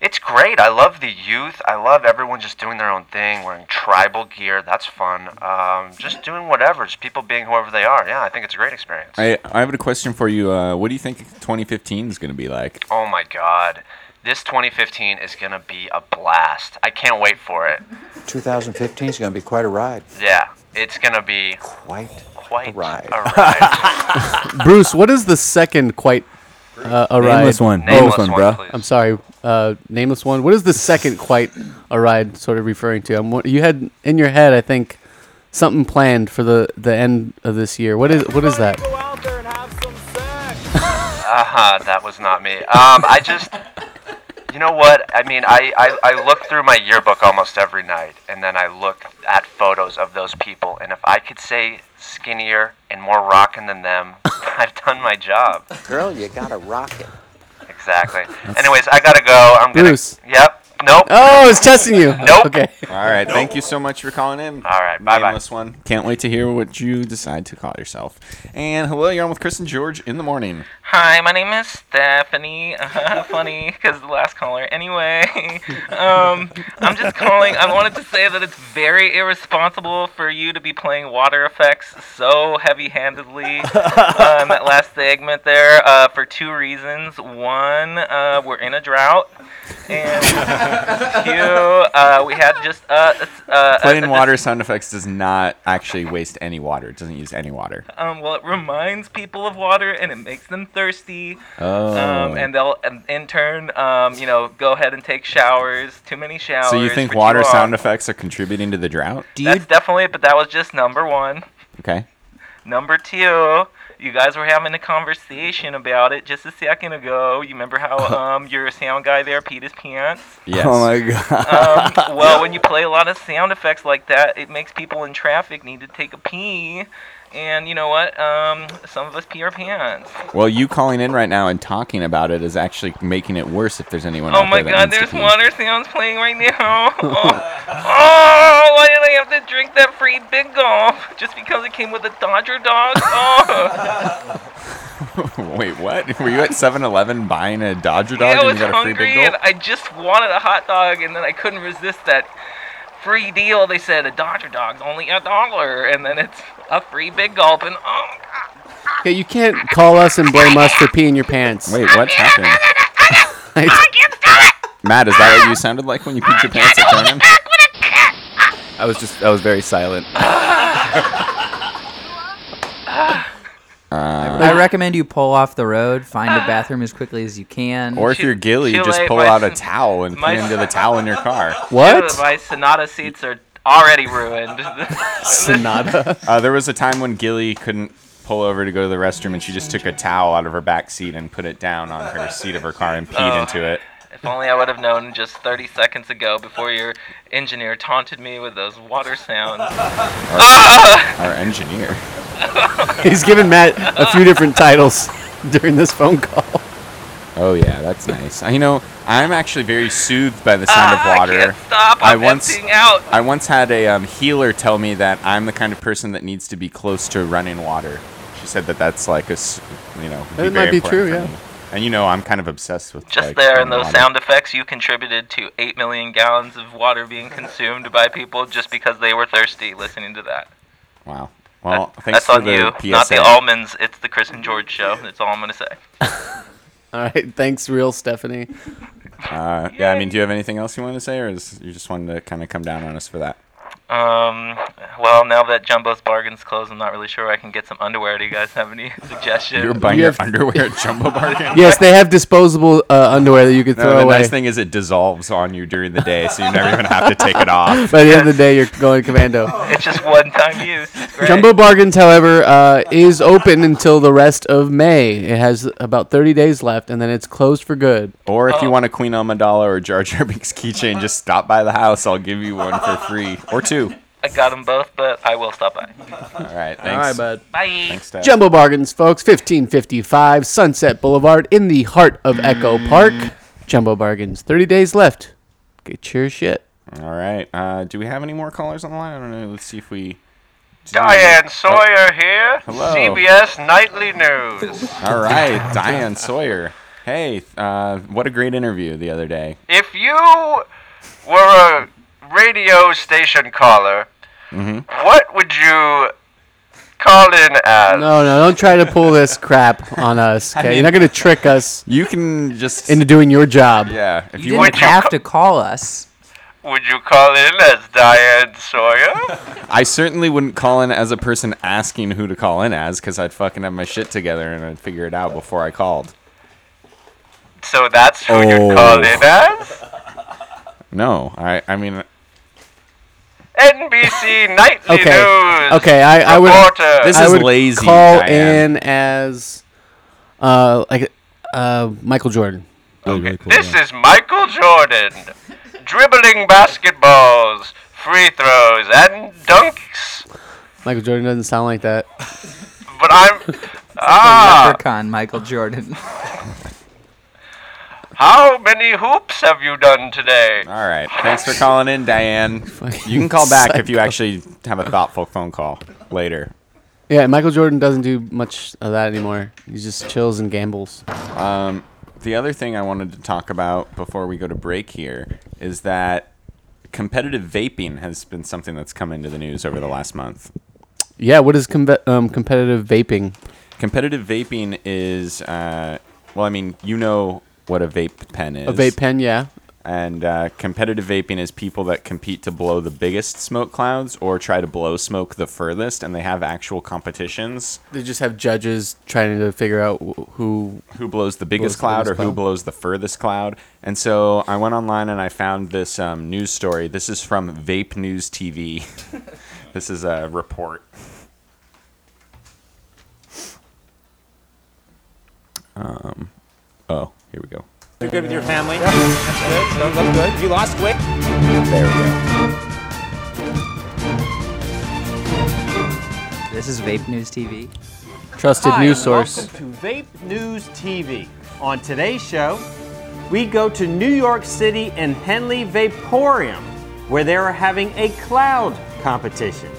T: it's great. I love the youth. I love everyone just doing their own thing, wearing tribal gear. That's fun. Um, just doing whatever, just people being whoever they are. Yeah, I think it's a great experience.
H: I, I have a question for you. Uh, what do you think 2015 is gonna be like?
T: Oh my god. This 2015 is going to be a blast. I can't wait for it.
R: 2015 is going to be quite a ride.
T: Yeah, it's going to be
R: quite
T: quite a ride.
G: Bruce, what is the second quite uh, a ride?
J: Nameless one. Nameless one, bro.
G: I'm sorry, uh, nameless one. What is the second quite a ride sort of referring to? I'm, wa- you had in your head, I think, something planned for the, the end of this year. What is what is that?
T: uh-huh, that was not me. Um, I just You know what? I mean, I, I, I look through my yearbook almost every night, and then I look at photos of those people, and if I could say skinnier and more rockin' than them, I've done my job.
R: Girl, you got a rocket.
T: Exactly. Anyways, I gotta go. I'm gonna.
H: Bruce.
T: Yep. Nope.
G: Oh, it's testing you.
T: Nope.
G: Okay.
H: All right. Thank you so much for calling in. All
T: right. Bye bye.
H: Nameless one. Can't wait to hear what you decide to call yourself. And hello, you're on with Chris and George in the morning.
S: Hi, my name is Stephanie. funny, because the last caller. Anyway, um, I'm just calling. I wanted to say that it's very irresponsible for you to be playing water effects so heavy-handedly uh, in that last segment there uh, for two reasons. One, uh, we're in a drought, and two, uh, we had just uh, s- uh,
H: Plain
S: uh,
H: water sound effects does not actually waste any water. It doesn't use any water.
S: Um, well, it reminds people of water and it makes them thirsty.
H: Oh.
S: Um, and they'll, and in turn, um, you know, go ahead and take showers. Too many showers.
H: So you think
S: which
H: water
S: are.
H: sound effects are contributing to the drought?
S: That's definitely it, but that was just number one.
H: Okay.
S: Number two, you guys were having a conversation about it just a second ago. You remember how um, your sound guy there peed his pants?
J: Yes. Oh my god.
S: um, well, when you play a lot of sound effects like that, it makes people in traffic need to take a pee. and you know what? Um, some of us pee our pants.
H: Well, you calling in right now and talking about it is actually making it worse. If there's anyone
S: Oh
H: out
S: my
H: there that
S: God!
H: needs to
S: There's
H: pee.
S: water sounds playing right now. Oh, oh, why did I have to drink that free big golf just because it came with a Dodger dog? Oh.
H: Wait, what? Were you at 7-Eleven buying a Dodger dog
S: Yeah, I
H: and
S: was
H: you got a free
S: hungry
H: big
S: and
H: gulp?
S: I just wanted a hot dog, and then I couldn't resist that free deal. They said a Dodger dog's only a dollar, and then it's a free big gulp, and oh,
G: Yeah, you can't call us and blame us for peeing your pants.
H: Wait, what's happening? Matt, is that what you sounded like when you peed your pants at Conan? I was just, I was very silent. Uh, Uh,
L: I recommend you pull off the road, find a bathroom as quickly as you can.
H: Or if you're gilly, you just pull out a towel and
S: my-
H: put into the towel in your car.
S: Dude, my Sonata seats are already ruined.
H: Sonata. Uh, there was a time when Gilly couldn't pull over to go to the restroom, and she just took a towel out of her back seat and put it down on her seat of her car and peed
S: Oh.
H: into it.
S: if only I would have known just 30 seconds ago before your engineer taunted me with those water sounds.
H: Our,
S: Ah!
H: our engineer.
G: He's given Matt a few different titles during this phone call.
H: Oh yeah, that's nice. Uh, You know, I'm actually very soothed by the sound of water. I,
S: Ah, stop. I'm
H: once
S: emptying out.
H: I once had a um, healer tell me that I'm the kind of person that needs to be close to running water. She said that that's like a, s- you know,
G: That might
H: very
G: be
H: important
G: true,
H: for
G: yeah.
H: me. And you know, I'm kind of obsessed with
S: Just
H: like,
S: there in
H: running
S: those
H: water.
S: sound effects, you contributed to 8 million gallons of water being consumed by people just because they were thirsty listening to that.
H: Wow. Well, thanks
S: That's
H: for
S: on
H: the
S: you,
H: PSA.
S: not the almonds. It's the Chris and George show. That's all I'm going to say.
G: All right, thanks, real Stephanie.
H: Uh, yeah, I mean, do you have anything else you want to say, or is you just wanted to kind of come down on us for that?
S: Um, well, now that Jumbo's bargain's closed, I'm not really sure where I can get some underwear. Do you guys have any suggestions?
H: You're buying your
G: have-
H: underwear at Jumbo Bargain.
G: Yes, they have disposable uh, underwear that you can
H: No,
G: throw
H: the
G: away.
H: nice thing is it dissolves on you during the day, so you never even have to take it off.
G: By the end of the day, you're going commando.
S: It's just one time use. It's great.
G: Jumbo Bargains, however, uh, is open until the rest of May. It has about 30 days left, and then it's closed for good.
H: Or if you want a Queen Amidala or Jar Jar Binks keychain, just stop by the house. I'll give you one for free or two.
S: I got them both, but I will stop by.
H: All right, thanks.
G: right, bud.
S: Bye.
H: Thanks, Dad.
G: Oh. Jumbo Bargains, folks, 1555 Sunset Boulevard in the heart of Echo Park.
H: Mm.
G: Jumbo Bargains, 30 days left. Get your shit.
H: All right. Uh, do we have any more callers on the line? I don't know. Let's see if we.
R: Diane Sawyer
H: Oh,
R: here,
H: Hello.
R: CBS Nightly News.
H: All right, Diane Sawyer. Hey, uh, what a great interview the other day.
R: If you were a radio station caller,
H: Mm-hmm.
R: what would you call in as?
G: No, no, don't try to pull this crap on us.
R: I
G: Okay,
R: mean-
G: you're not gonna trick us.
H: You can just
G: into doing your job.
H: Yeah,
G: if
L: you, didn't have to call us.
R: Would you call in as Diane Sawyer?
H: I certainly wouldn't call in as a person asking who to call in as, because I'd fucking have my shit together and I'd figure it out before I called.
R: so that's who
H: Oh.
R: you'd call in as?
H: No, I, I mean,
R: NBC Nightly
G: Okay,
R: News.
G: okay, I, I would.
R: reporter.
H: This
G: I
H: is
G: would
H: lazy,
G: Call
H: Diane.
G: in as, uh, like, uh, Michael Jordan.
R: This is Michael Jordan, dribbling basketballs, free throws, and dunks.
G: Michael Jordan doesn't sound like that.
R: But I'm
L: The
R: ah.
L: leprechaun Michael Jordan.
R: How many hoops have you done today? All
H: right. thanks for calling in, Diane. You can call back if you actually have a thoughtful phone call later.
G: Yeah, Michael Jordan doesn't do much of that anymore. He just chills and gambles.
H: Um, the other thing I wanted to talk about before we go to break here is that competitive vaping has been something that's come into the news over the last month.
G: Yeah, what is com- um, competitive vaping?
H: Competitive vaping is, uh, well, I mean, you know what a vape pen is.
G: A vape pen, yeah.
H: And uh, competitive vaping is people that compete to blow the biggest smoke clouds or try to blow smoke the furthest, and they have actual competitions.
G: They just have judges trying to figure out wh- who
H: who blows the biggest cloud or who blows the furthest cloud. And so I went online and I found this um, news story. This is from Vape News TV. this is a report. Um, oh, here we go.
U: You're good with your family. That's good. Sounds like good. Have you lost weight?
H: There we go.
L: This is Vape News TV.
G: Trusted
U: Hi,
G: news
U: and
G: source.
U: Welcome to Vape News TV. On today's show, we go to New York City and Henley Vaporium, where they are having a cloud competition.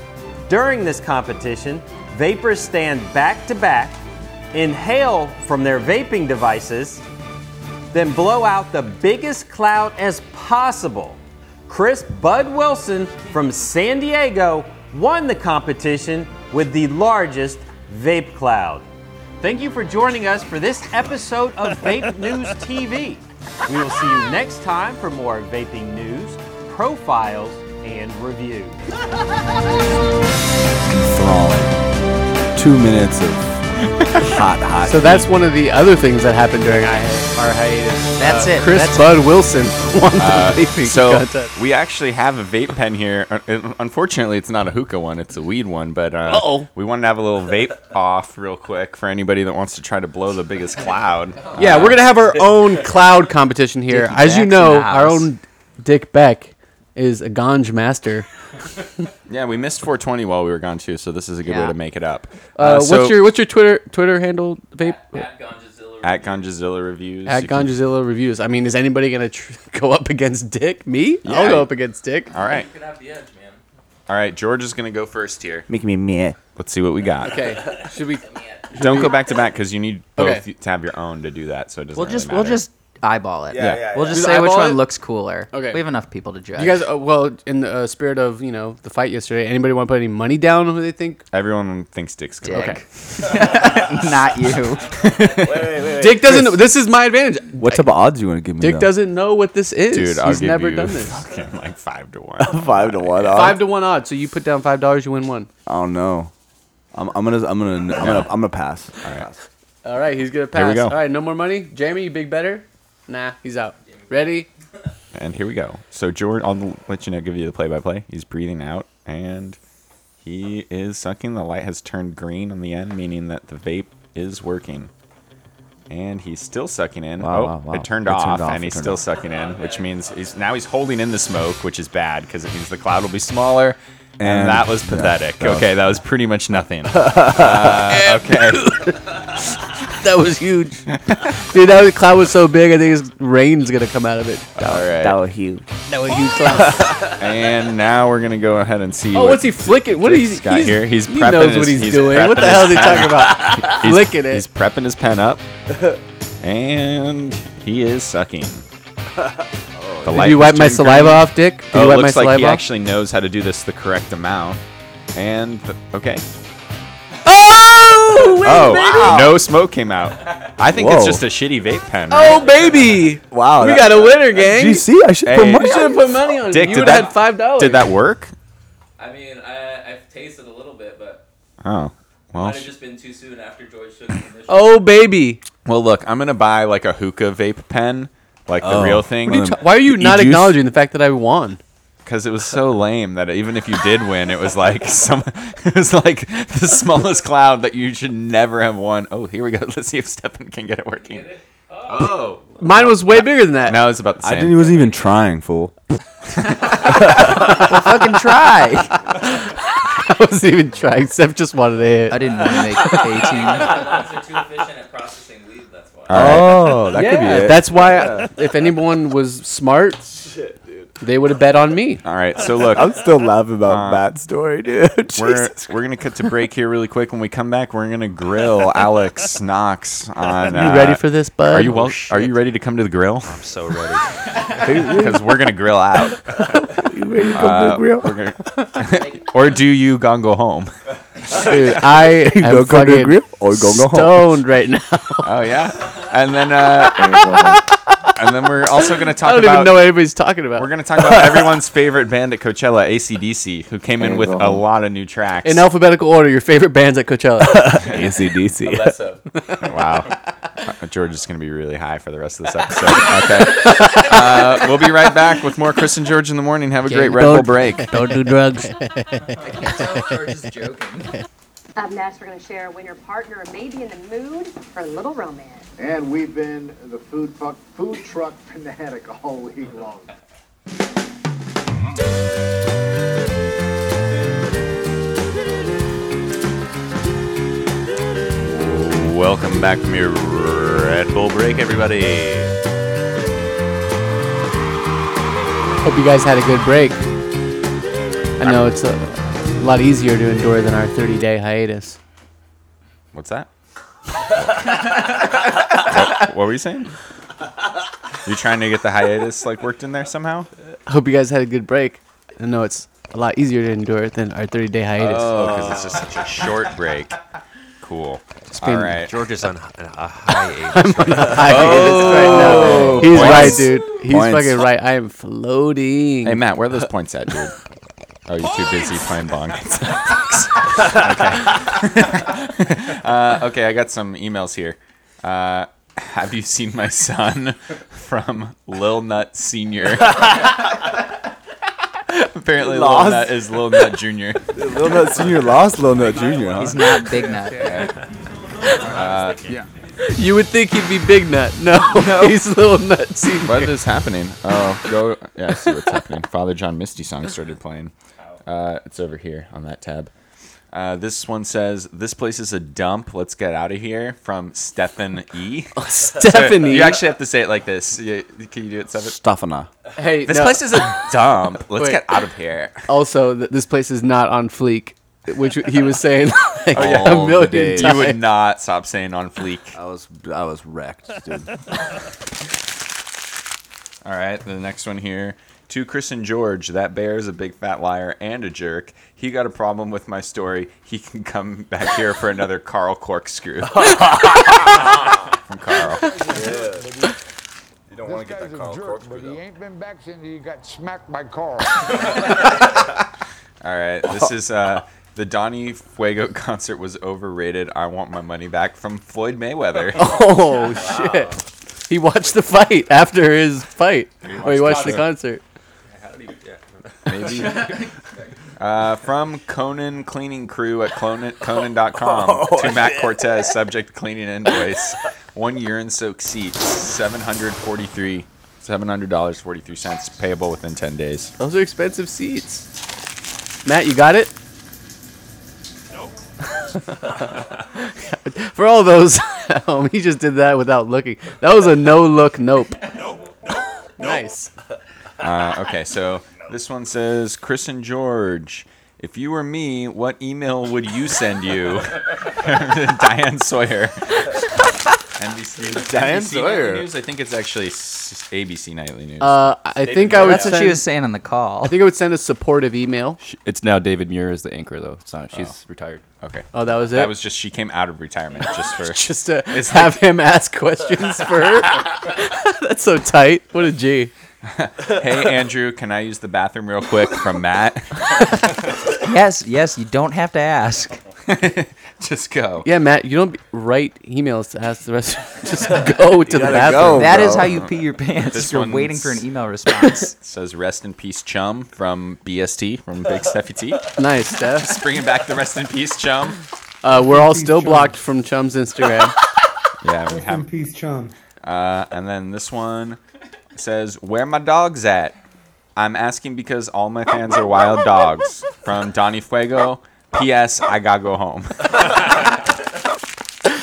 U: During this competition, vapors stand back to back, inhale from their vaping devices, then blow out the biggest cloud as possible. Chris Bud Wilson from San Diego won the competition with the largest vape cloud. Thank you for joining us for this episode of Vape News TV. We will see you next time for more vaping news, profiles, and reviews.
J: Two minutes of hot, hot.
G: So that's one of the other things that happened during I- our hiatus.
L: That's
G: Uh,
L: it.
G: Chris
L: That's-
G: Bud Wilson won the
H: Uh,
G: vaping
H: so
G: contest.
H: we actually have a vape pen here. Un- un- Unfortunately, it's not a hookah one; it's a weed one. But uh,
G: Uh-oh.
H: we wanted to have a little vape off real quick for anybody that wants to try to blow the biggest cloud.
G: Yeah,
H: Uh,
G: we're gonna have our own cloud competition here.
H: Dick
G: As you
H: Beck's in
G: know,
H: the
G: our
H: house.
G: own Dick Beck is a ganj master.
H: Yeah, we missed 420 while we were gone too, so this is a good
G: Yeah.
H: way to make it up.
G: Uh, what's your what's your Twitter Twitter handle? Vape
H: at Gonjazilla reviews?
G: at
H: you can-
G: Ganjazilla reviews. I mean, is anybody gonna tr- go up against Dick? Me?
H: Yeah.
G: I'll go up against Dick.
H: All right. All right, George is gonna go first here.
G: Make me meh.
H: Let's see what we got.
G: Okay. Should we?
H: Don't go back to back because you need both
L: Okay.
H: to have your own to do that. So it doesn't
L: We'll
H: really
L: just we'll
H: matter.
L: just eyeball it.
H: Yeah, yeah,
L: we'll
H: yeah.
L: just
H: Just
L: say which
G: eyeball
L: one
G: it?
L: looks cooler.
G: Okay.
L: We have enough people to judge.
G: You guys, uh, well, in the uh, spirit of you know the fight yesterday, anybody want to put any money down on who they think?
H: Everyone thinks Dick's gonna win.
G: Okay.
L: Not you.
J: wait.
G: Dick doesn't.
J: Chris.
G: This is my advantage.
J: What type of odds you want to give me?
G: Dick
J: though?
G: doesn't know what this is.
H: Dude, I'll
G: He's
H: give
G: never
H: you
G: done this.
H: fucking like five to one.
J: five to one. Odds.
G: Five to one odds. So you put down five dollars, you win one.
J: I don't know. I'm, I'm gonna I'm gonna I'm gonna I'm gonna pass. All right.
G: All right, he's gonna pass.
J: Here we go.
G: All right, no more money. Jamie, you big better? Nah, he's out. Ready?
H: And here we go. So George, I'll let you know, give you the play-by-play. He's breathing out, and he is sucking. The light has turned green on the end, meaning that the vape is working. And he's still sucking in.
J: Wow,
H: oh,
J: wow, wow.
H: it turned
J: It
H: off,
J: turned off,
H: and
J: it
H: he's
J: turned
H: still
J: off.
H: sucking in, which means he's now he's holding in the smoke, which is bad because it means the cloud will be smaller. And,
J: And-
H: that was
J: yeah,
H: pathetic.
J: that was-
H: okay, that was pretty much nothing. Uh, okay.
G: That was huge, dude. That cloud was so big. I think his rain's gonna come out of it.
H: All right.
G: That
H: was huge.
G: That was huge cloud.
H: and now we're gonna go ahead and see.
G: Oh, what's he flicking? What
H: Dick's
G: is-
H: got
G: he's-
H: here? He's
G: he
H: prepping
G: knows
H: his-
G: what he's
H: he's
G: doing.
H: prepping
G: What the
H: his
G: hell is he
H: pen
G: talking
H: up.
G: about?
H: He's-
G: Flicking it.
H: He's prepping his pen up, and he is sucking. The
G: Oh, Did
H: light
G: you
H: was
G: wipe my
H: turned
G: saliva
H: green.
G: off, Dick? Did
H: oh,
G: you
H: it
G: wipe my
H: looks like he
G: saliva off?
H: actually knows how to do this the correct amount. And th- okay.
G: Oh!
H: oh, no smoke came out. I think it's
J: Whoa.
H: just a shitty vape pen.
G: Oh baby!
J: Wow,
G: we
J: that-
G: got a winner, gang.
J: GC, I should put money
G: You should have put money on it.
H: Dick,
G: you
H: did
G: would have
H: that-
G: had five dollars.
H: Did that work?
S: I mean, I, I've tasted a little bit, but
H: Oh, well.
S: might have just been too soon after George took the initiative.
G: Oh baby!
H: Well, look, I'm gonna buy like a hookah vape pen, like the
G: Oh.
H: real thing.
G: What are you ta- why are you not acknowledging the fact that I won?
H: Because it was so lame that even if you did win, it was like some, it was like the smallest cloud that you should never have won. Oh, here we go. Let's see if Stefan can get it working. Oh,
G: Mine was way bigger than that.
H: Now it's about the
J: I
H: same.
J: didn't he wasn't even trying, fool.
G: fucking try. I wasn't even trying. Steph just wanted to hit. I didn't want to make
J: Oh, that could be it.
G: That's why, if anyone was smart, they would have bet on me.
H: All right, so look,
J: I'm still laughing about
H: Um,
J: Matt's story, dude.
H: we're we're gonna cut to break here really quick. When we come back, we're gonna grill Alex Knox on.
G: You
H: uh,
G: ready for this, bud?
H: Are you well?
G: Oh,
H: are you ready to come to the grill? I'm
V: so ready.
H: Because we're gonna grill out. Uh,
J: You ready to come to the grill?
H: we're gonna- or do you gonna go home?
G: Dude, I
H: You gonna
G: am
H: come to the
G: fucking
H: grill or you gonna go home?
G: stoned right now.
H: Oh yeah, and then uh, and then we're also gonna talk
G: I don't
H: about.
G: even know what anybody's talking about.
H: We're gonna talk about everyone's favorite band at Coachella, ACDC, who came in with
G: There you
H: a
G: go.
H: lot of new tracks.
G: in alphabetical order. Your favorite bands at Coachella.
J: ACDC.
H: wow. Uh, George is going to be really high for the rest of this episode. Okay. Uh, we'll be right back with more Chris and George in the morning. Have a great Red Bull
G: Don't-
H: break.
G: don't do drugs.
T: Up next, we're going to share when your partner may be in the mood for a little romance.
F: And we've been the food truck, food truck fanatic all week long.
H: Welcome back from your Red Bull break, everybody.
G: Hope you guys had a good break. I know it's a lot easier to endure than our 30 day hiatus.
H: What's that? what, what were you saying? You trying to get the hiatus like worked in there somehow?
G: Hope you guys had a good break. I know it's a lot easier to endure than our 30 day hiatus.
H: Oh, because it's just such a short break. Cool.
G: been-
H: All right.
I: George is on h- a
G: I'm
I: hiatus.
G: on a
I: right
G: hiatus right now.
H: Oh,
G: He's right,
H: points.
G: dude. He's
H: Points.
G: fucking right. I am floating.
H: Hey Matt, where are those points at, dude? Oh, you're too busy playing bong. okay. uh, okay, I got some emails here. Uh, have you seen my son from Lil Nut Senior? Apparently, Lil
J: Lost.
H: Nut is Lil Nut Junior.
J: Lil Nut Senior lost Lil Nut Junior. Huh?
L: He's not Big Nut.
H: Uh,
G: Yeah. You would think he'd be Big Nut. No, he's Little Nut Senior.
H: What is happening? Oh, go. Yeah, I see what's happening. Father John Misty song started playing. Uh, it's over here on that tab. Uh, this one says, "This place is a dump. Let's get out of here." From Stefan E.
G: Stefan
H: So
G: E.
H: You actually have to say it like this. You- can you do it, Stefan?
J: Stefana.
G: Hey,
H: this
G: no.
H: place is a dump. Let's
G: Wait.
H: get out of here.
G: Also, th- this place is not on fleek, which he was saying like
H: All
G: a million
H: day.
G: times.
H: Oh, You would not stop saying on fleek.
J: I was I was wrecked, dude.
H: All right, the next one here. To Chris and George, that bear is a big fat liar and a jerk. He got a problem with my story. He can come back here for another Carl corkscrew. From Carl.
J: You don't
D: This guy's
J: want to get that
D: a
J: Carl
D: jerk, but
J: corkscrew.
D: he ain't been back since he got smacked by Carl.
H: All right, this is uh, the Donnie Fuego concert was overrated. I want my money back from Floyd Mayweather.
G: Oh shit! He watched the fight after his fight, or he watched the concert.
H: Maybe. Uh, from Conan Cleaning Crew at Conan, Conan.com
J: Oh,
H: to Matt
J: shit.
H: Cortez, subject cleaning invoice. One urine soaked seat, $743, $700.43, payable within 10 days.
G: Those are expensive seats. Matt, you got it. For all those, at home, he just did that without looking. That was a no look nope. nice.
H: Uh, okay, so this one says Chris and George. If you were me, what email would you send you? Diane Sawyer. NBC,
J: Diane
H: NBC
J: Sawyer.
H: Nightly News? I think it's actually s- ABC Nightly News.
G: Uh, I think I would.
L: That's what she
G: send-
L: was saying on the call.
G: I think I would send a supportive e-, email.
O: It's now David Muir is the anchor though. It's not. She's retired.
H: Okay.
G: Oh, that was it?
H: That was just she came out of retirement just for
G: just to
H: It's
G: have
H: like-
G: him ask questions for her. That's so tight. What a G.
H: hey Andrew, can I use the bathroom real quick from Matt?
L: yes, yes, you don't have to ask.
H: just go.
G: Yeah, Matt, you don't be- write emails to ask the rest. Just go to the
L: gotta
G: bathroom.
L: go, That is bro. how you pee your pants if you're
H: one's-
L: waiting for an email response.
H: says rest in peace, chum from BST from Big Steffi T.
G: Nice, Steph.
H: Just bringing back the rest in peace, chum.
G: Uh, we're all still blocked from Chum's Instagram.
H: Yeah, we have.
A: Peace, chum.
H: Uh, and then this one says, "Where my dogs at?" I'm asking because all my fans are wild dogs. From Donnie Fuego. P.S. I gotta go home.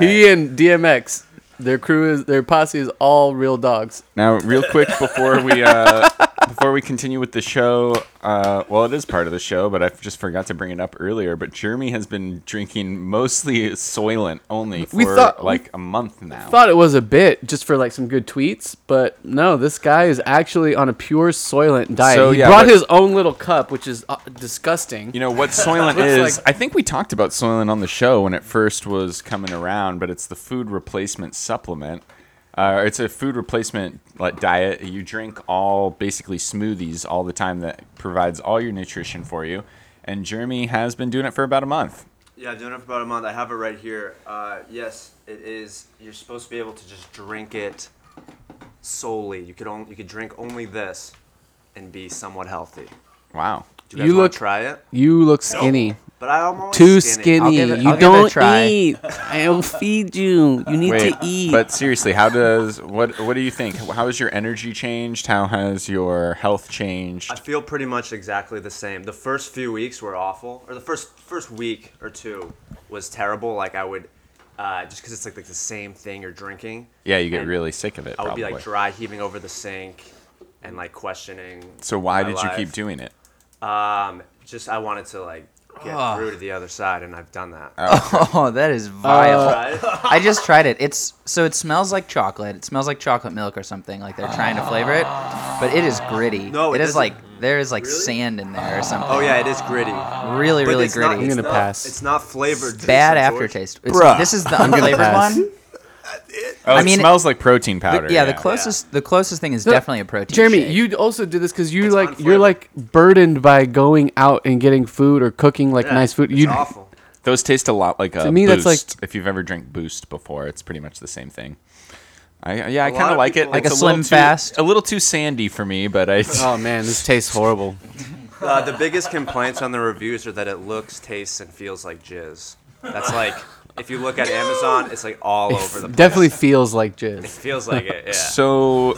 G: He and DMX, their crew is their posse is all real dogs.
H: Now, real quick before we uh, before we continue with the show, uh, well, it is part of the show, but I just forgot to bring it up earlier. But Jeremy has been drinking mostly Soylent only for
G: We thought-
H: like a month now.
G: Thought it was a bit just for like some good tweets, but no, this guy is actually on a pure Soylent diet.
H: So,
G: he
H: yeah,
G: brought
H: but-
G: his own little cup, which is uh, disgusting.
H: You know what Soylent
G: Looks
H: is?
G: like-
H: I think we talked about Soylent on the show when it first was coming around, but it's the food replacement supplement. Uh, it's a food replacement like diet. You drink all basically smoothies all the time that provides all your nutrition for you. And Jeremy has been doing it for about a month.
T: Yeah, I've done it for about a month. I have it right here. Uh, yes, it is. You're supposed to be able to just drink it solely. You could only you could drink only this, and be somewhat healthy.
H: Wow.
T: Do you guys wanna try it?
G: You look skinny.
T: But I'm always
G: Too
T: skinny.
G: skinny.
T: I'll give it-
G: you
T: I'll give it a
G: don't
T: try.
G: eat. I'll feed you. You need
H: Wait,
G: to eat.
H: But seriously, how does what what do you think? How has your energy changed? How has your health changed?
T: I feel pretty much exactly the same. The first few weeks were awful, or the first first week or two was terrible. Like I would uh, just because it's like, like the same thing you're drinking.
H: Yeah, you get
T: And
H: really sick of it,
T: I would be like
H: probably.
T: dry heaving over the sink and like questioning.
H: So why
T: my
H: did you
T: life.
H: keep doing it?
T: Um, just I wanted to like get
L: Ugh.
T: through to the other side, and I've done that.
L: Oh, that is vile.
T: Uh,
L: I just tried it. It's so it smells like chocolate. It smells like chocolate milk or something. Like they're trying to flavor it, but it is gritty.
T: No, it
L: it is
T: doesn't-
L: like there is like sand in there or something.
T: Oh yeah, it is gritty.
L: Really,
T: But
L: really
T: it's not-
L: gritty.
T: it's not- It's not flavored. juice,
L: Bad
T: unfortunately.
L: aftertaste. It's, This is the unflavored one.
H: Oh, it smells like protein
L: the-
H: powder,
L: yeah, the
H: yeah.
L: closest the closest thing is
G: No,
L: definitely a protein.
G: Jeremy, you also do this because you like you're like burdened by going out and getting food or cooking like
H: Yeah,
G: nice food.
H: it's
G: You
H: awful. Those taste a lot like a
G: To me, that's
H: boost.
G: like-
H: if you've ever drank Boost before, it's pretty much the same thing. I, yeah, I
G: A lot
H: kind of
G: of
H: like it.
G: people- Like
H: It's
G: a
H: little
G: Slim
H: too-
G: Fast?
H: a little too sandy for me, but I.
G: Oh, man, this tastes horrible.
T: Uh, the biggest complaints on the reviews are that it looks, tastes, and feels like jizz. That's like if you look at Amazon, it's like all
G: It
T: over the. place.
G: definitely feels like jizz.
T: It feels like it. Yeah.
H: So,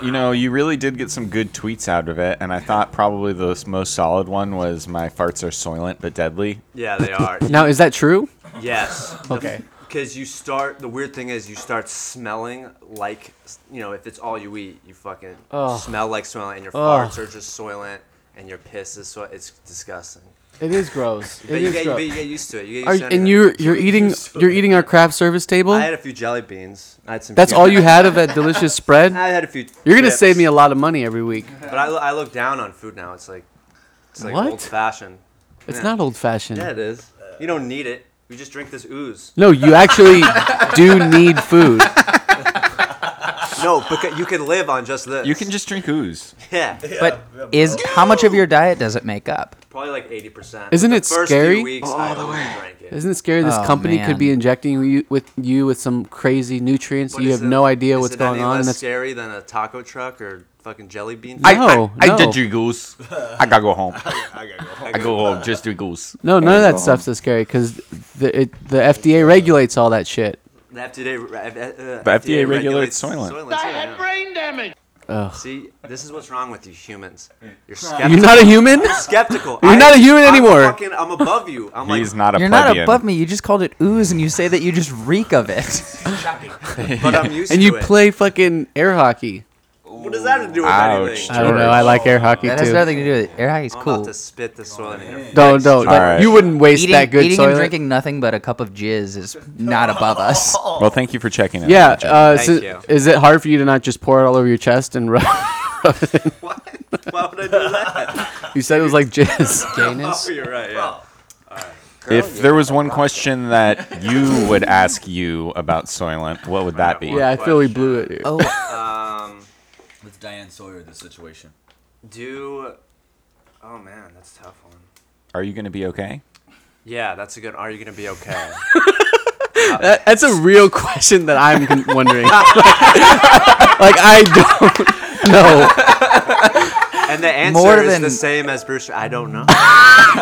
H: you know, you really did get some good tweets out of it, and I thought probably the s- most solid one was "My farts are soylent but deadly."
T: Yeah, they are.
G: Now, is that true?
T: Yes.
G: Okay.
T: Because you start. The weird thing is, you start smelling like you know if it's all you eat, you fucking
G: Ugh.
T: smell like soylent, and your
G: Ugh.
T: farts are just soylent, and your piss is so. It's disgusting.
G: It is gross.
T: But
G: It
T: you
G: is
T: get-
G: gross.
T: but you get used to it. You get
G: Are-
T: used to
G: and
T: it.
G: you're you're eating you're eating our craft service table.
T: I had a few jelly beans. I had some.
G: That's
T: peanut-
G: all you had of that delicious spread.
T: I had a few.
G: You're gonna
T: chips.
G: save me a lot of money every week.
T: But I, lo- I look down on food now. It's like, it's like
G: What?
T: old fashioned.
G: It's not old-fashioned.
T: Yeah, it is. You don't need it. You just drink this ooze.
G: No, you actually do need food.
T: no, because you can live on just this.
H: You can just drink ooze.
T: Yeah.
L: But is how much of your diet does it make up?
T: Probably like eighty percent.
G: Isn't it
T: first
G: scary?
T: Few weeks, I only drank it.
G: Isn't it scary? This
L: Oh,
G: company could be injecting you with you with some crazy nutrients. you have no idea
T: Is
G: what's
T: it
G: going
T: any
G: on. and
T: Less
G: that's-
T: scary than a taco truck or fucking jelly bean?
G: I- No,
H: I,
G: no.
H: did drink ooze. I gotta go home.
T: I gotta go home.
H: I go home. Just drink ooze.
G: no, none of that stuff's as scary because the it, the FDA regulates all that shit.
T: The FDA, uh,
H: The FDA regulates soylent.
T: I had brain damage.
G: Ugh.
T: See, this is what's wrong with you humans. You're skeptical.
G: You're not a human?
T: I'm skeptical.
G: You're
T: I-
G: not a human
T: I'm
G: anymore.
T: fucking- I'm above you. I'm like,
L: You're not above me. You just called it ooze, and you say that you just reek of it.
T: But I'm used
G: and
T: to
G: you
T: it.
G: play fucking air hockey.
T: What does that have to do with
L: Ah,
G: Ouch,
T: anything?
G: I don't know. I like air hockey
L: That
G: too.
L: has nothing to do with it. Air hockey's
T: I'm
L: cool.
T: about to spit the soylent in your face.
G: Don't don't. that-
H: Alright.
G: You wouldn't waste
L: eating,
G: that good
L: eating
G: soil.
L: and drinking nothing but a cup of jizz is not above us.
H: Well, thank you for checking in.
G: Yeah.
H: Jim.
G: Uh, so- is it hard for you to not just pour it all over your chest and rub? rub it in?
T: Why would I do that?
G: You said it was like jizz.
T: Oh, you're right. Yeah.
H: if there was one question that you would ask you about Soylent, what would that be?
G: Yeah, I feel we blew it.
J: Oh.
G: Here.
T: Um,
A: With Diane Sawyer, the situation.
T: do. Oh man, that's a tough one.
H: Are you gonna be okay?
T: Yeah, that's a good. Are you gonna be okay?
G: That- that's a real question that I'm con- wondering. like, I don't know.
T: and the answer
G: More
T: is
G: than-
T: the same as Bruce. I don't know.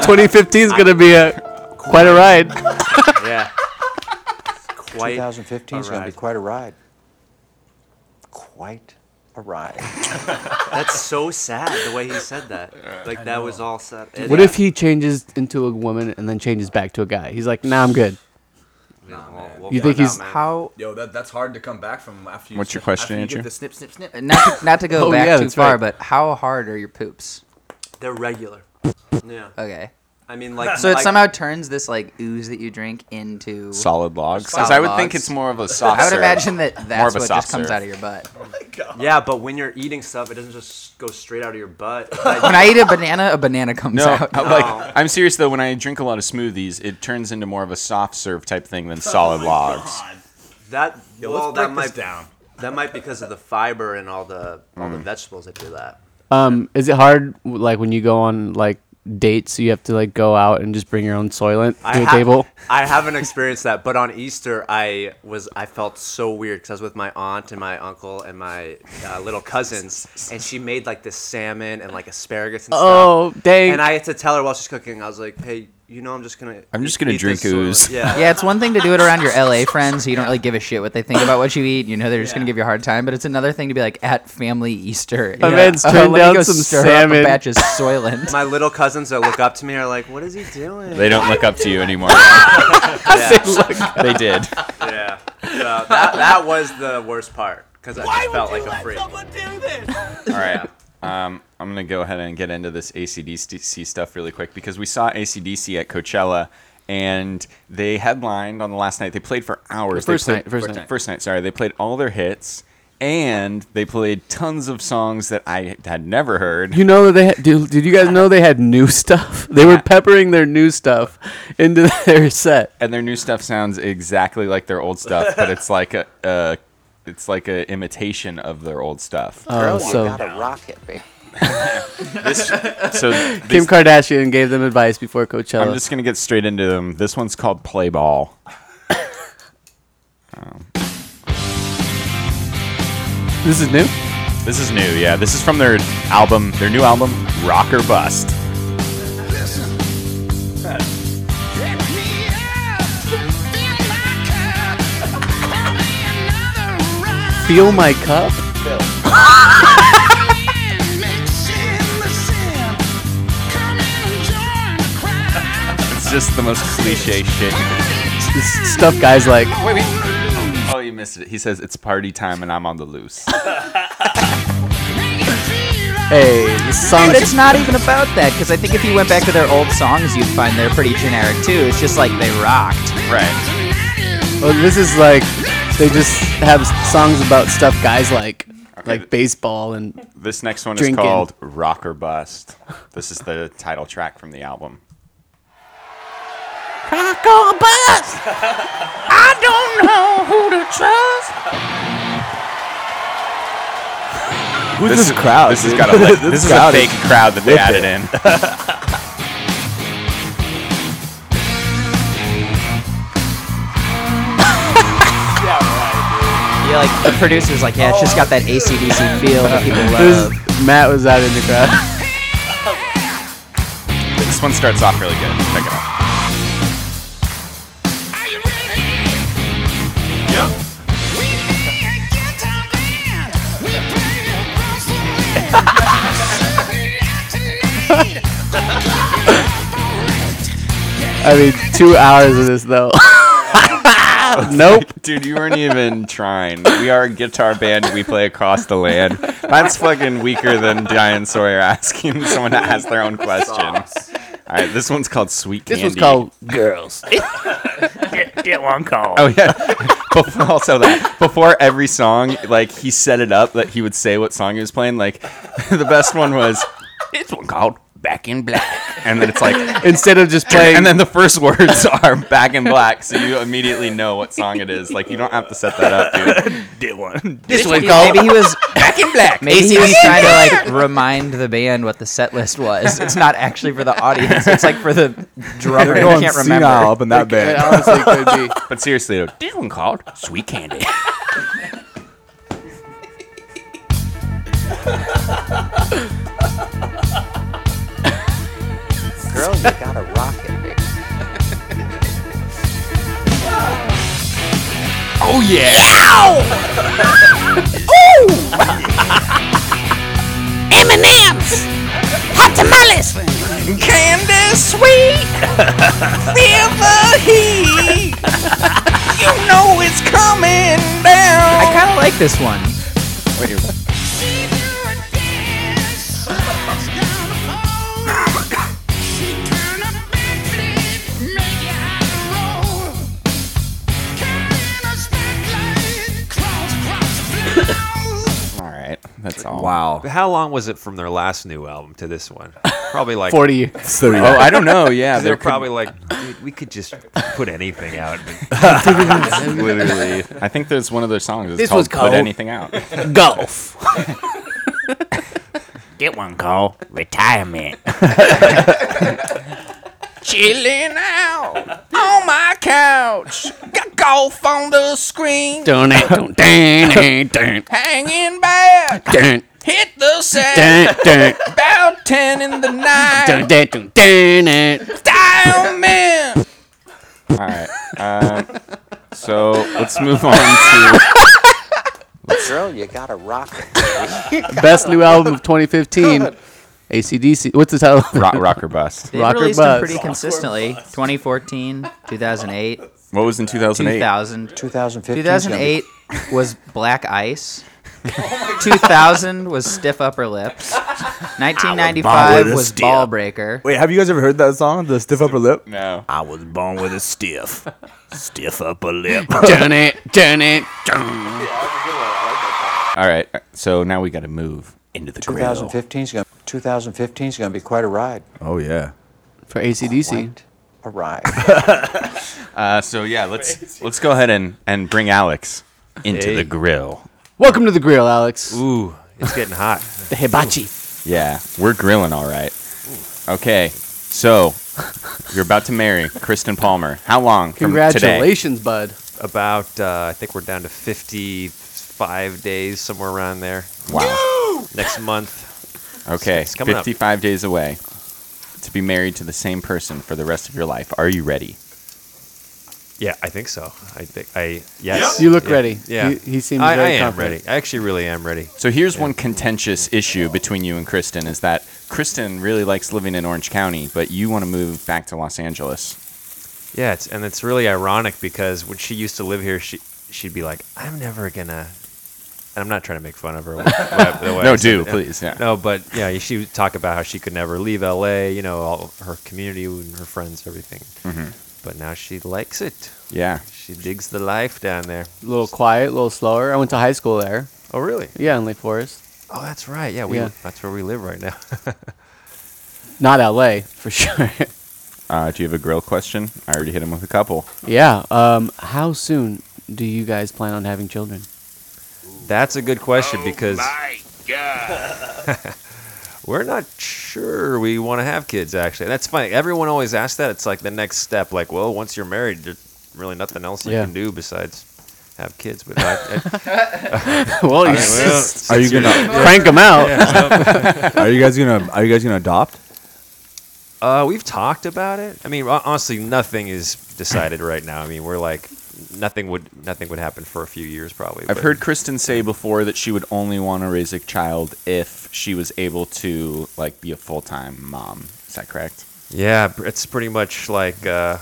G: 2015 is gonna be a quite a ride.
T: yeah.
N: 2015 is going to be quite a ride. Quite a ride.
T: That's so sad the way he said that. Like that was all sad.
G: What if he changes into a woman and then changes back to a guy? He's like, Nah, I'm good. You think he's
A: how? Yo, that, that's hard to come back from after you.
H: What's your
A: snip-
H: question,
A: after you give
H: Andrew?
A: The snip, snip, snip.
L: Not to, not to go
G: Oh,
L: back
G: yeah,
L: too
G: that's
L: far,
G: right.
L: but how hard are your poops?
T: They're regular. Yeah.
L: Okay.
T: I mean, like
L: so it
T: like-
L: somehow turns this like ooze that you drink into
H: Solid logs? 'Cause
L: Solid
H: I would think
L: logs.
H: it's more of a soft
L: I would
H: serve.
L: imagine that
H: More
L: that's
H: of a
L: what
H: soft
L: just comes
H: serve.
L: out of your butt.
T: Yeah, but when you're eating stuff, it doesn't just go straight out of your butt.
L: when I eat a banana, a banana comes
H: No,
L: out.
H: I- like I'm serious though. When I drink a lot of smoothies, it turns into more of a soft serve type thing
G: Oh
H: than solid logs.
T: That
A: Yo, let's
T: well,
A: break
T: that
A: this
T: might down. That might because of the fiber and all the all
A: Mm.
T: the vegetables that do that.
G: um, is it hard w- like when you go on like dates? You have to like go out and just bring your own soylent to a
T: ha-
G: table.
T: I haven't experienced that, but on Easter, I was I felt so weird because I was with my aunt and my uncle and my uh, little cousins, and she made like this salmon and like asparagus and stuff.
G: Oh, dang.
T: And I had to tell her while she's cooking, I was like, "Hey, you know I'm just gonna.
H: I'm just gonna
T: eat
H: drink
T: this soil.
H: ooze.
T: Yeah.
L: yeah, it's one thing to do it around your LA friends who you don't really give a shit what they think about what you eat. You know they're just gonna give you a hard time. But it's another thing to be like at family Easter.
G: My man's
L: let
G: turned
L: me
G: down
L: go
G: some
L: stir
G: salmon.
L: Up a batch of Soylent.
T: My little cousins that look up to me are like, "What is he doing?"
H: They don't look up to you anymore.
T: Yeah.
H: They look- They did.
T: Yeah. So that that was the worst part because I just felt like a freak.
H: All right. Um, I'm going to go ahead and get into this ACDC stuff really quick because we saw ACDC at Coachella and they headlined on the last night. They played for hours.
G: First
H: they
G: night,
H: played-
G: first night.
H: First night, sorry. They played all their hits and they played tons of songs that I had never heard.
G: You know that they had, did, did you guys know they had new stuff? They were peppering their new stuff into their set.
H: And their new stuff sounds exactly like their old stuff, but it's like a. a it's like an imitation of their old stuff.
G: Oh, Girl, you so-
N: Got a rocket, baby.
H: This- so
G: Kim
H: these-
G: Kardashian gave them advice before Coachella.
H: I'm just gonna get straight into them. This one's called Play Ball. Um,
G: this is new.
H: This is new. Yeah, this is from their album, their new album, Rock or Bust.
G: Feel my cup.
H: It's just the most cliche shit.
G: This stuff guys like.
H: Wait, wait. Oh, you missed it. He says it's party time and I'm on the loose.
G: Hey, this song.
L: But it's not even about that because I think if you went back to their old songs, you'd find they're pretty generic too. It's just like they rocked.
H: Right.
G: Well, this is like they just have songs about stuff guys like, like baseball and
H: This next one
G: Drinking.
H: is called Rock or Bust. This is the title track from the album.
F: Crack or bust. I don't know who to trust.
J: Who's this, crowd?
H: This has
J: dude?
H: got a li- this, is a
J: crowd
H: fake crowd that they
J: with
H: added
J: it.
H: in.
L: Yeah, like the producer's like, yeah, it's just got that ACDC feel that people
G: This-
L: love.
G: Matt was out in the crowd.
H: This one starts off really good. Check it out.
G: I mean, two hours of this though. nope.
H: Dude, you weren't even trying. We are a guitar band. We play across the land. That's fucking weaker than Diane Sawyer asking someone to ask their own question. All right, this one's called Sweet
G: This
H: Candy.
G: was called Girls.
F: get, get one call.
H: Oh yeah. Before, also that before every song, like he set it up that he would say what song he was playing. Like the best one was it's one called Back in Black, and then it's like
G: Instead of just playing.
H: and then the first words are Back in Black, so you immediately know what song it is. Like you don't have to set that up, dude.
G: did one.
H: This
L: Maybe-
H: one called
L: Maybe he was
H: Back in Black.
L: Maybe he was
H: ACDC.
L: trying to like remind the band what the set list was. It's not actually for the audience. It's like for the drummer
J: They're
L: who
J: going
L: can't
J: senile
L: remember.
J: up in that band.
H: But seriously, though, this one called Sweet Candy.
N: Girl, you got a rocket, baby.
H: Oh yeah.
F: Ooh! M&M's! Hot tamales! Candy sweet! Feel the heat! You know it's coming down!
L: I kind of like this one.
H: All right, that's all.
I: Wow. How long was it from their last new album to this one? Probably like
G: 40 years. 30.
I: Oh,
H: I don't know, yeah,
I: they're
H: there could-
I: probably like, dude, we could just put anything out.
H: Literally, I think there's one of their songs. It's
G: This
H: called
G: was called
H: Put Anything Out.
G: Golf.
F: Get one call. Retirement. Chilling out on my couch. Got golf on the screen.
G: Dun, dun, dun, dun, dun.
F: Hanging back.
G: Dun.
F: Hit the set.
G: Dun, dun.
F: About ten in the night.
G: Dun, dun, dun, dun, dun.
F: Style man.
H: All right. Uh, so let's move on to uh,
N: Girl, you gotta rock it. baby. You
G: Best
N: gotta
G: new
N: look
G: album of 2015. ACDC. What's the title?
H: Rock, rock or bust.
L: They
G: Rock or
L: released
G: bust.
L: them pretty consistently. 2014, 2008.
H: What was in 2008?
L: 2000.
N: 2015 's gonna be-
L: 2008 was Black Ice. 2000 was Stiff Upper Lip. 1995
J: born with a
L: was
J: stiff.
L: Ball Breaker.
J: Wait, have you guys ever heard that song, The Stiff Upper Lip?
H: No.
J: I was born with a stiff, stiff upper lip.
G: Dun it, dun it, dun.
H: All right. uh, So now we got to move into the grill.
N: 2015's gonna 2015's gonna be quite a ride.
H: Oh yeah.
G: For ACDC.
N: A ride.
H: Uh, so yeah, let's let's go ahead and and bring Alex into
G: Hey.
H: the grill.
G: Welcome to the grill, Alex.
H: Ooh, it's getting hot.
G: The hibachi.
H: Yeah, we're grilling all right. Okay, so you're about to marry Kristen Palmer. How long? from today?
G: Congratulations, bud.
I: About, uh, I think we're down to 55 days, somewhere around there.
H: Wow.
I: Next month.
H: Okay,
I: It's coming up.
H: 55 days away to be married to the same person for the rest of your life. Are you ready?
I: Yeah, I think so. I think I yes.
H: You look
I: Yeah.
H: ready.
I: Yeah,
H: You- he seems
I: I,
H: very
I: I am
H: confident.
I: ready. I actually really am ready.
H: So here's one contentious issue between you and Kristen is that Kristen really likes living in Orange County, but you want to move back to Los Angeles.
I: Yeah, it's, and it's really ironic because when she used to live here, she she'd be like, "I'm never gonna." And I'm not trying to make fun of her. wha- wha- the way
H: No,
I: I said
H: do,
I: it.
H: please, yeah.
I: No, but yeah, she would talk about how she could never leave L.A. You know, all her community and her friends, everything.
H: Mhm.
I: But now she likes it.
H: Yeah.
I: she digs the life down there.
G: A little quiet, a little slower. I went to high school there.
I: Oh, really?
G: Yeah, in Lake Forest.
I: Oh, that's right. Yeah, we
G: Yeah.
I: that's where we live right now.
G: Not LA, for sure.
H: Uh, do you have a grill question? I already hit him with a couple.
G: yeah. Um, how soon do you guys plan on having children?
I: That's a good question because
F: God.
I: we're not sure we want to have kids. Actually, that's funny. Everyone always asks that. It's like the next step. Like, well, once you're married, there's really nothing else you
G: Yeah.
I: can do besides have kids. But I, I-
G: Well,
I: I
G: you
I: mean,
G: s-
I: well,
J: Are you
I: since you're-
J: gonna
G: Crank 'em out.
I: Yeah, well,
J: are you guys gonna Are you guys gonna adopt?
I: Uh, we've talked about it. I mean, hon- honestly, nothing is decided right now. I mean, we're like nothing would nothing would happen for a few years probably.
H: I've
I: but-
H: heard Kristen say before that she would only want to raise a child if she was able to like be a full time mom. Is that correct?
I: Yeah, pr- it's pretty much like. Uh,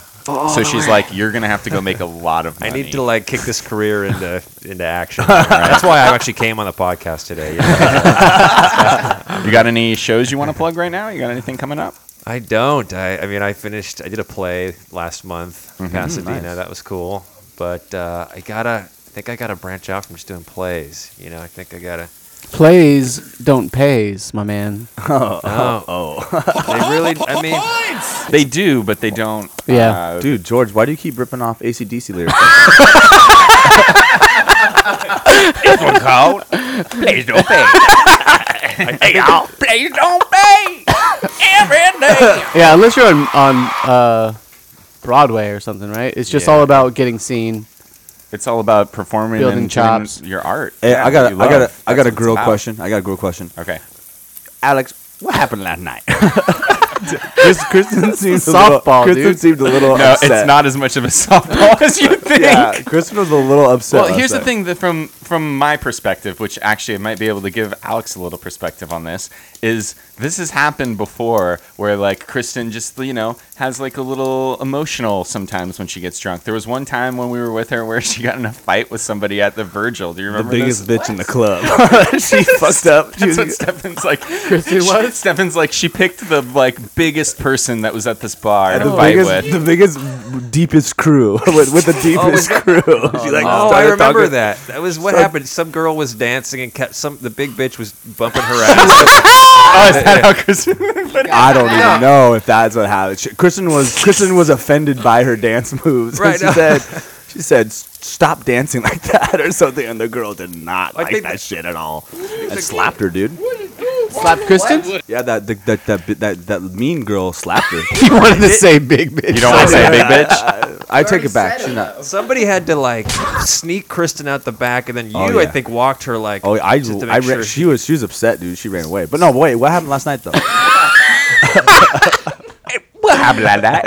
H: So she's like, "You're gonna have to go make a lot of
I: I
H: money."
I: need to like kick this career into into action. That's why I actually came on the podcast today. yeah.
H: you got any shows you want to plug right now? You got anything coming up?
I: I don't. I, I mean, I finished. I did a play last month, in
H: Mhm.
I: Pasadena.
H: Nice.
I: That was cool. But uh, I gotta. I think I gotta branch out from just doing plays. You know, I think I gotta.
G: Plays don't pays, my man.
I: No. they really. I mean,
H: They do, but they don't.
G: Yeah.
J: Dude, George, why do you keep ripping off ACDC lyrics?
F: It's one called Please Don't Pay. hey, y'all. Please don't pay. Every day.
G: yeah, unless you're on, on uh, Broadway or something, right? It's just
H: Yeah.
G: all about getting seen.
H: It's all about performing
G: Building
H: and
G: chops.
H: doing your art.
J: Hey,
H: Yeah,
J: Eh, I got
H: what
J: a,
H: you
J: I got
H: love.
J: a, I
H: That's
J: got
H: what
J: a grill
H: it's about.
J: question. I got a grill question.
H: Okay.
J: Alex, what happened last night? Chris, Kristen seemed
H: Softball,
J: a little, Kristen
H: dude.
J: seemed a little
H: No,
J: upset.
H: it's not as much of a softball as you think.
J: Yeah, Kristen was a little upset.
H: well,
J: last
H: here's the
J: night.
H: thing that from from my perspective, which actually I might be able to give Alex a little perspective on this, is this has happened before where like Kristen just you know has like a little emotional sometimes when she gets drunk. There was one time when we were with her where she got in a fight with somebody at the Virgil. Do you
J: The
H: remember
J: biggest
H: this?
J: bitch in the club. she fucked up. She
H: That's
J: was-
H: what Stefan's like. Kristen was. Stefan's like she picked the like biggest person that was at this bar
J: And
H: to
J: the
H: fight
J: biggest,
H: with.
J: the biggest, deepest crew with, with the deepest crew. she like
I: oh, I
J: started
I: remember
J: talking-
I: that. That was what
J: started-
I: happened. Some girl was dancing and kept some. The big bitch was bumping her ass.
H: oh,
J: is that
I: how
H: Kristen?
J: I don't even know if that's what happened. She, Kristen was Kristen was offended by her dance moves.
I: Right,
J: she
I: no.
J: said, she said, stop dancing like that or something. And the girl did not
I: I
J: like
I: think
J: that, shit at all. And slapped her, dude.
G: Slap Kristen?
J: Yeah, that the, that, that bi- that that mean girl slapped her.
G: You wanted to say big bitch.
J: You don't wanna say big bitch? I
I: take
J: it back. She's not.
I: Somebody had to like sneak Kristen out the back, and then you,
J: Oh,
I: I
J: yeah.
I: think, walked her like.
J: Oh, I,
I: just to
J: I
I: make
J: ran,
I: sure
J: she was she was upset, dude. She ran away. But no, wait, what happened last night though?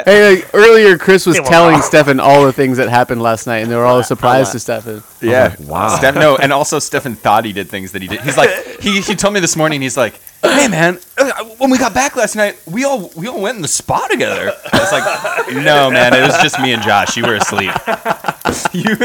G: Hey, like, earlier Chris was
O: It was
G: telling
O: awful.
G: Stefan all the things that happened last night, and they were all a surprise to Stefan.
H: Yeah.
I: wow.
H: Steph, no, and also Stefan thought he did things that he did. He's like, he, he told me this morning. He's like, hey man, uh, when we got back last night, we all we all went in the spa together. I was like, no man, it was just me and Josh. You were asleep. you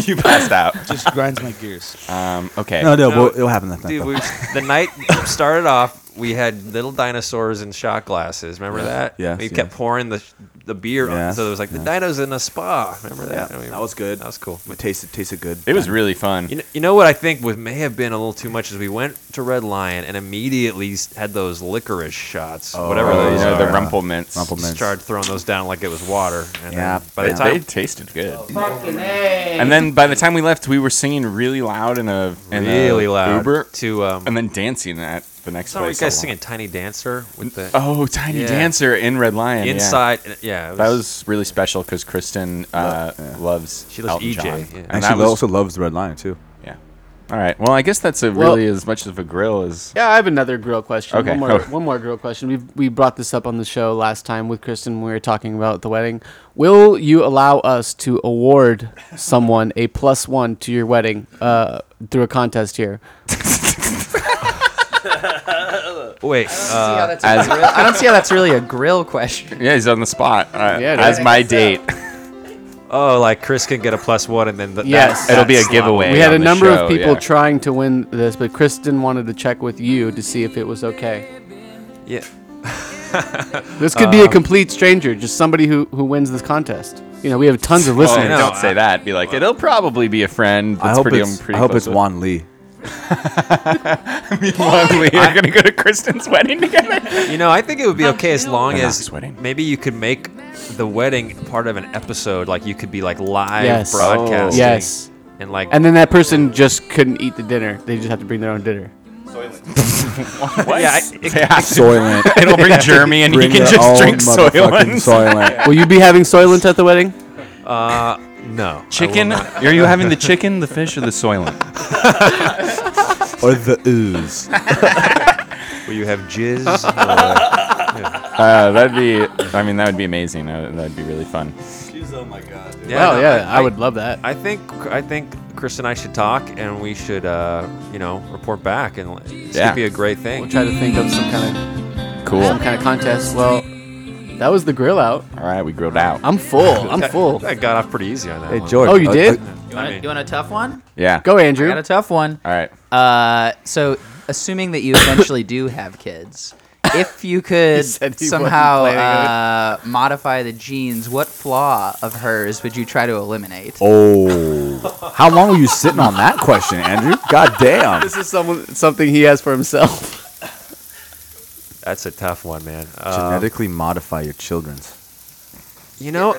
H: you passed out.
B: Just grinds my gears.
H: Um. Okay.
J: No, no, but it'll happen that night,
I: Dude,
J: though.
I: we, the night started off, we had little dinosaurs in shot glasses. Remember
J: Yeah.
I: that?
J: Yes,
I: We
J: yes.
I: kept pouring the the beer on,
J: Yes,
I: so it was like the dinos in a spa. Remember that? And we-
J: that was good. That
I: was cool.
J: It tasted tasted good.
H: It was really fun.
I: You know, you know what I think was may have been a little too much is we went to Red Lion and immediately s- had those licorice shots, whatever
H: Oh,
I: those
H: yeah,
I: are.
H: the Rumple Mints. Rumple
I: Just
H: Mints.
I: Started throwing those down like it was water. And
H: Yeah,
I: then by the
H: they-
I: time
H: they tasted good.
I: fucking
H: And then by the time we left, we were singing really loud in a in a
I: Really loud
H: Uber
I: to um,
H: and then dancing at the next
I: saw you
H: place.
I: guys singing Tiny Dancer with the
H: Oh, Tiny
I: Yeah.
H: Dancer in Red Lion. yeah.
I: inside. uh, Yeah, it
H: that was really special because Kristen uh, loves
I: She loves
H: Elton
I: EJ,
H: John.
I: yeah.
H: and
J: And she
H: that was
J: also loves Red Lion too.
H: Yeah. all right. Well, I guess that's a
G: Well-
H: really as much of a grill as
G: Yeah, I have another grill question.
H: Okay.
G: One more,
H: Oh.
G: one more grill question. We we brought this up on the show last time with Kristen. when We were talking about the wedding. Will you allow us to award someone a plus one to your wedding uh, through a contest here?
I: Wait,
L: how
I: uh,
L: that's a grill- I don't see how that's really a grill question.
H: yeah, he's on the spot. Uh,
L: Yeah, it
H: as
L: is.
H: my date.
I: oh, like Chris can get a plus one, and then the,
G: Yes,
I: that-
H: It'll be a
I: that slot
H: giveaway.
G: we had a
H: on the
G: number
H: show,
G: of people
H: yeah.
G: trying to win this, but Kristen wanted to check with you to see if it was okay.
I: Yeah.
G: This could be a
I: Um,
G: complete stranger, just somebody who who wins this contest. You know, we have tons of
I: Oh,
H: Well,
G: listeners.
J: Oh,
H: don't say that. Be like, it'll probably be a friend. That's
J: I hope
H: pretty,
J: it's,
H: I'm pretty
J: I hope
H: close
J: it's
H: with."
J: Juan Lee.
H: Me and Juan Lee are gonna go to Kristen's wedding together.
I: You know, I think it would be okay as long
H: They're not
I: as maybe you could make the wedding part of an episode. Like you could be like live
G: Yes. Oh,
I: broadcasting.
G: Yes.
I: And like
G: And then that person just couldn't eat the dinner. They just have to bring their own dinner.
I: What? Yeah, I- it-
H: Yeah.
G: Soylent.
H: It'll bring Jeremy and he can just drink Soylent.
G: Will you be having Soylent at the wedding?
I: Uh, no.
H: Chicken? Are you having the chicken, the fish, or the Soylent?
J: or the ooze?
I: Will you have jizz? or- Yeah.
H: Uh, that'd be. I mean, that would be amazing. Uh, that'd be really fun.
J: oh my god.
G: Oh, yeah, I would love that.
I: I think I think Chris and I should talk, and we should uh, you know report back, and it
G: Yeah.
I: could be a great thing.
G: We'll try to think of some kind of
H: Cool.
G: some kind of contest. Well, that was the grill out.
H: All right, we grilled out.
G: I'm full. I'm
I: That-
G: full.
I: That got off pretty easy on that.
G: Hey,
I: one.
G: George, Oh, you uh, did?
L: You want, you want a tough one?
H: Yeah.
G: Go, Andrew.
L: I got a tough one.
H: All right.
L: Uh, so assuming that you eventually do have kids, if you could
G: said he wasn't
L: somehow
G: planning
L: uh, modify the genes, what flaw of hers would you try to eliminate?
J: Oh, how long were you sitting on that question, Andrew? God damn.
G: This is someone something he has for himself.
I: That's a tough one, man. Uh,
J: Genetically modify your children's.
I: you know,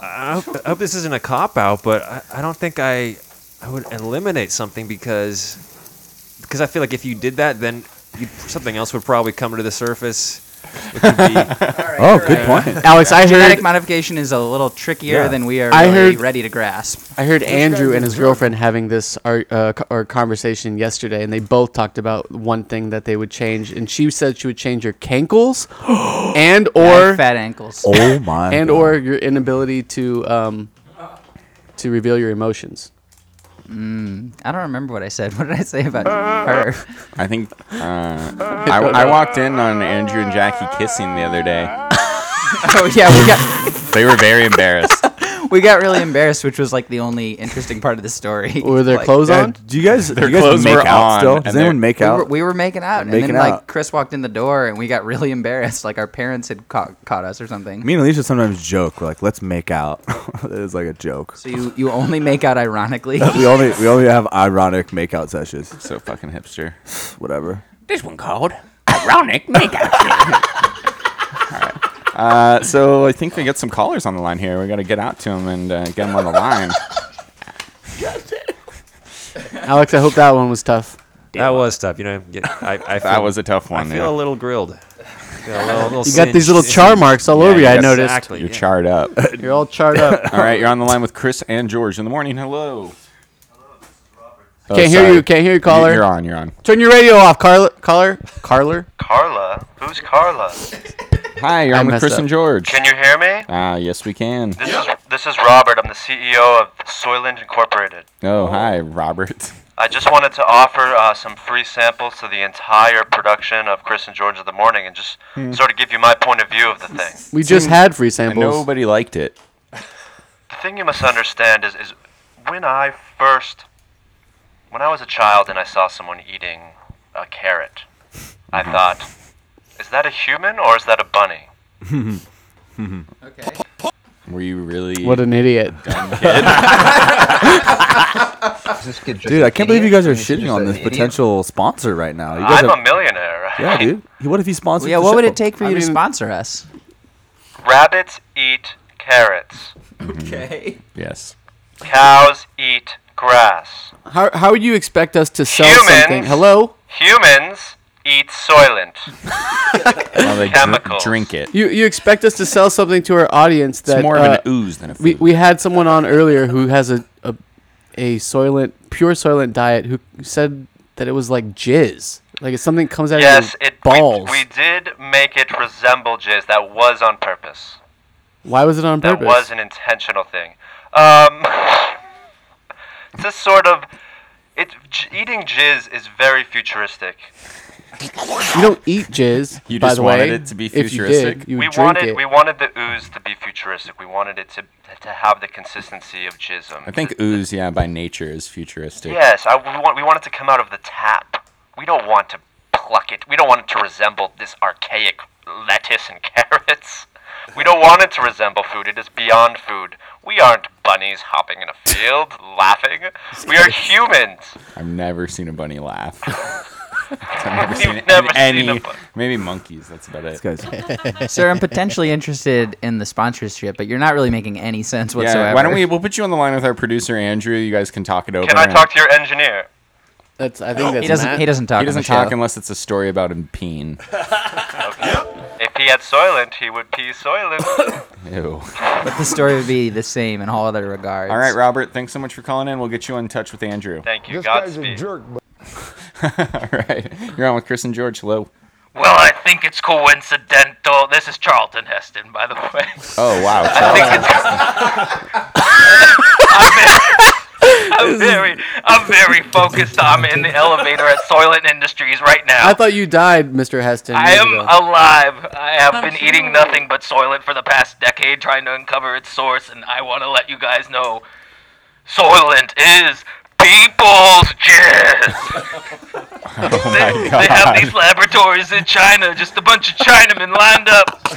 I: I, hope, I hope this isn't a cop out, but I, I don't think I I would eliminate something because because I feel like if you did that, then you, something else would probably come to the surface. It could be,
J: Oh, good point.
G: Alex, I
L: Genetic
G: heard-
L: modification is a little trickier
G: Yeah.
L: than we are
G: I
L: really
G: heard-
L: ready to grasp.
G: I heard Andrew and his girlfriend having this ar- uh, co- or conversation yesterday, and they both talked about one thing that they would change. And she said she would change your cankles and or
L: And fat ankles.
J: Oh my
G: and
J: God.
G: or your inability to um to reveal your emotions.
L: Mm, I don't remember what I said. What did I say about her?
H: I think uh, I, I walked in on Andrew and Jackie kissing the other day.
L: oh yeah, we got
H: They were very embarrassed.
L: we got really embarrassed, which was like the only interesting part of the story.
G: Were their
L: Like-
G: clothes
J: Yeah,
G: on?
J: do you guys- Their do you guys clothes make were out on, still? Does and anyone they're- make
L: We
J: out?
L: were, we were making out, and
J: Making
L: then
J: out.
L: like Chris walked in the door, and we got really embarrassed. Like our parents had caught, caught us or something.
J: Me and Alicia sometimes joke. We're like, let's make out. it's like a joke.
L: So you you only make out ironically.
J: we only we only have ironic makeout sessions.
H: So fucking hipster.
J: Whatever.
F: This one called Ironic Makeup.
H: Oh, Uh, so I think we got some callers on the line here. We got to get out to them and uh, get them on the line.
G: Alex, I hope that one was tough.
I: that was tough. You know, yeah, I, I
H: That
I: feel-
H: was a tough one,
I: I feel
H: yeah.
I: a little grilled. Feel a little- little
G: You got these
I: singed.
G: little char marks all over you. I noticed.
I: Exactly,
H: You're charred up.
G: You're all charred up.
H: all right, you're on the line with Chris and George in the morning. Hello. Oh,
G: can't hear
H: sorry.
G: you. Can't hear you, caller.
H: You're on. You're on.
G: Turn your radio off, Carla. Caller. Carler.
T: Carla? Who's Carla?
H: Hi, you're
G: I
H: on with
G: messed
H: Chris
G: up.
H: and George.
T: Can you hear me?
H: Ah, yes, we can.
T: This is this is Robert. I'm the CEO of Soylent Incorporated.
H: Oh, hi, Robert.
T: I just wanted to offer uh, some free samples to the entire production of Chris and George of the Morning, and just
G: Hmm.
T: sort of give you my point of view of the thing.
G: We just had free samples.
H: Nobody liked it.
T: The thing you must understand is, is when I first, when I was a child and I saw someone eating a carrot, I thought, is that a human or is that a bunny?
H: okay. Mm-hmm. Were you really?
G: What an idiot.
H: dumb kid?
J: dude, I can't believe you guys are shitting on this potential sponsor right now. You guys
T: I'm
J: are-
T: a millionaire.
J: Yeah, dude. What if he sponsors?
L: yeah,
J: the
L: what would
J: show?
L: it take for you to sponsor us?
T: Rabbits eat carrots.
L: Okay.
H: Yes.
T: Cows eat grass.
G: How, how would you expect us to sell
T: Humans.
G: something? Hello.
T: Humans eat soylent.
H: they dr-
T: Chemicals.
H: drink it.
G: You you expect us to sell something to our audience that
H: more of an
G: uh,
H: ooze than a
G: We we had someone on earlier who has a a, a soylent pure soylent diet who said that it was like jizz, like it's something that comes out
T: Yes,
G: of your
T: it we-
G: balls.
T: We, did make it resemble jizz. That was on purpose.
G: Why was it on
T: That
G: purpose?
T: was an intentional thing. Um, it's a sort of it j- eating jizz is very futuristic.
G: you don't eat jizz.
H: You
G: by
H: just
G: the
H: wanted
G: way.
H: it to be
G: If you did,
H: futuristic?
G: you
T: we
G: drink
T: wanted
G: it.
T: we wanted the ooze to be futuristic. We wanted it to to have the consistency of jism.
H: I think ooze, yeah, by nature is futuristic.
T: Yes, I, we, want, we want it to come out of the tap. We don't want to pluck it. We don't want it to resemble this archaic lettuce and carrots. We don't want it to resemble food. It is beyond food. We aren't bunnies hopping in a field laughing. We are humans.
H: I've never seen a bunny laugh. I've never
T: You've
H: seen it
T: never
H: in
T: seen a
H: any.
T: bu-
H: Maybe monkeys. That's about it.
L: Sir, I'm potentially interested in the sponsorship, but you're not really making any sense whatsoever.
H: Yeah, why don't we? We'll put you on the line with our producer Andrew. You guys can talk it over.
T: Can I
H: and-
T: talk to your engineer?
G: That's I think that's
H: He
G: Matt.
H: He doesn't talk unless it's a story about him peeing.
T: If he had Soylent, he would pee Soylent.
H: Ew.
L: But the story would be the same in all other regards.
H: All right, Robert. Thanks so much for calling in. We'll get you in touch with Andrew.
T: Thank you.
D: This guy's a
T: Godspeed.
D: jerk, but
H: All right, you're on with Chris and George. Hello.
S: Well, I think it's coincidental. This is Charlton Heston, by the way.
H: Oh wow.
S: I think it's. I'm, very, I'm very focused. I'm in the elevator at Soylent Industries right now.
G: I thought you died, Mr. Heston.
S: I
G: years
S: am
G: ago.
S: alive. I have been eating nothing but Soylent for the past decade, trying to uncover its source, and I want to let you guys know Soylent is people's jizz. they,
G: Oh,
S: they have these laboratories in China, just a bunch of Chinamen lined up.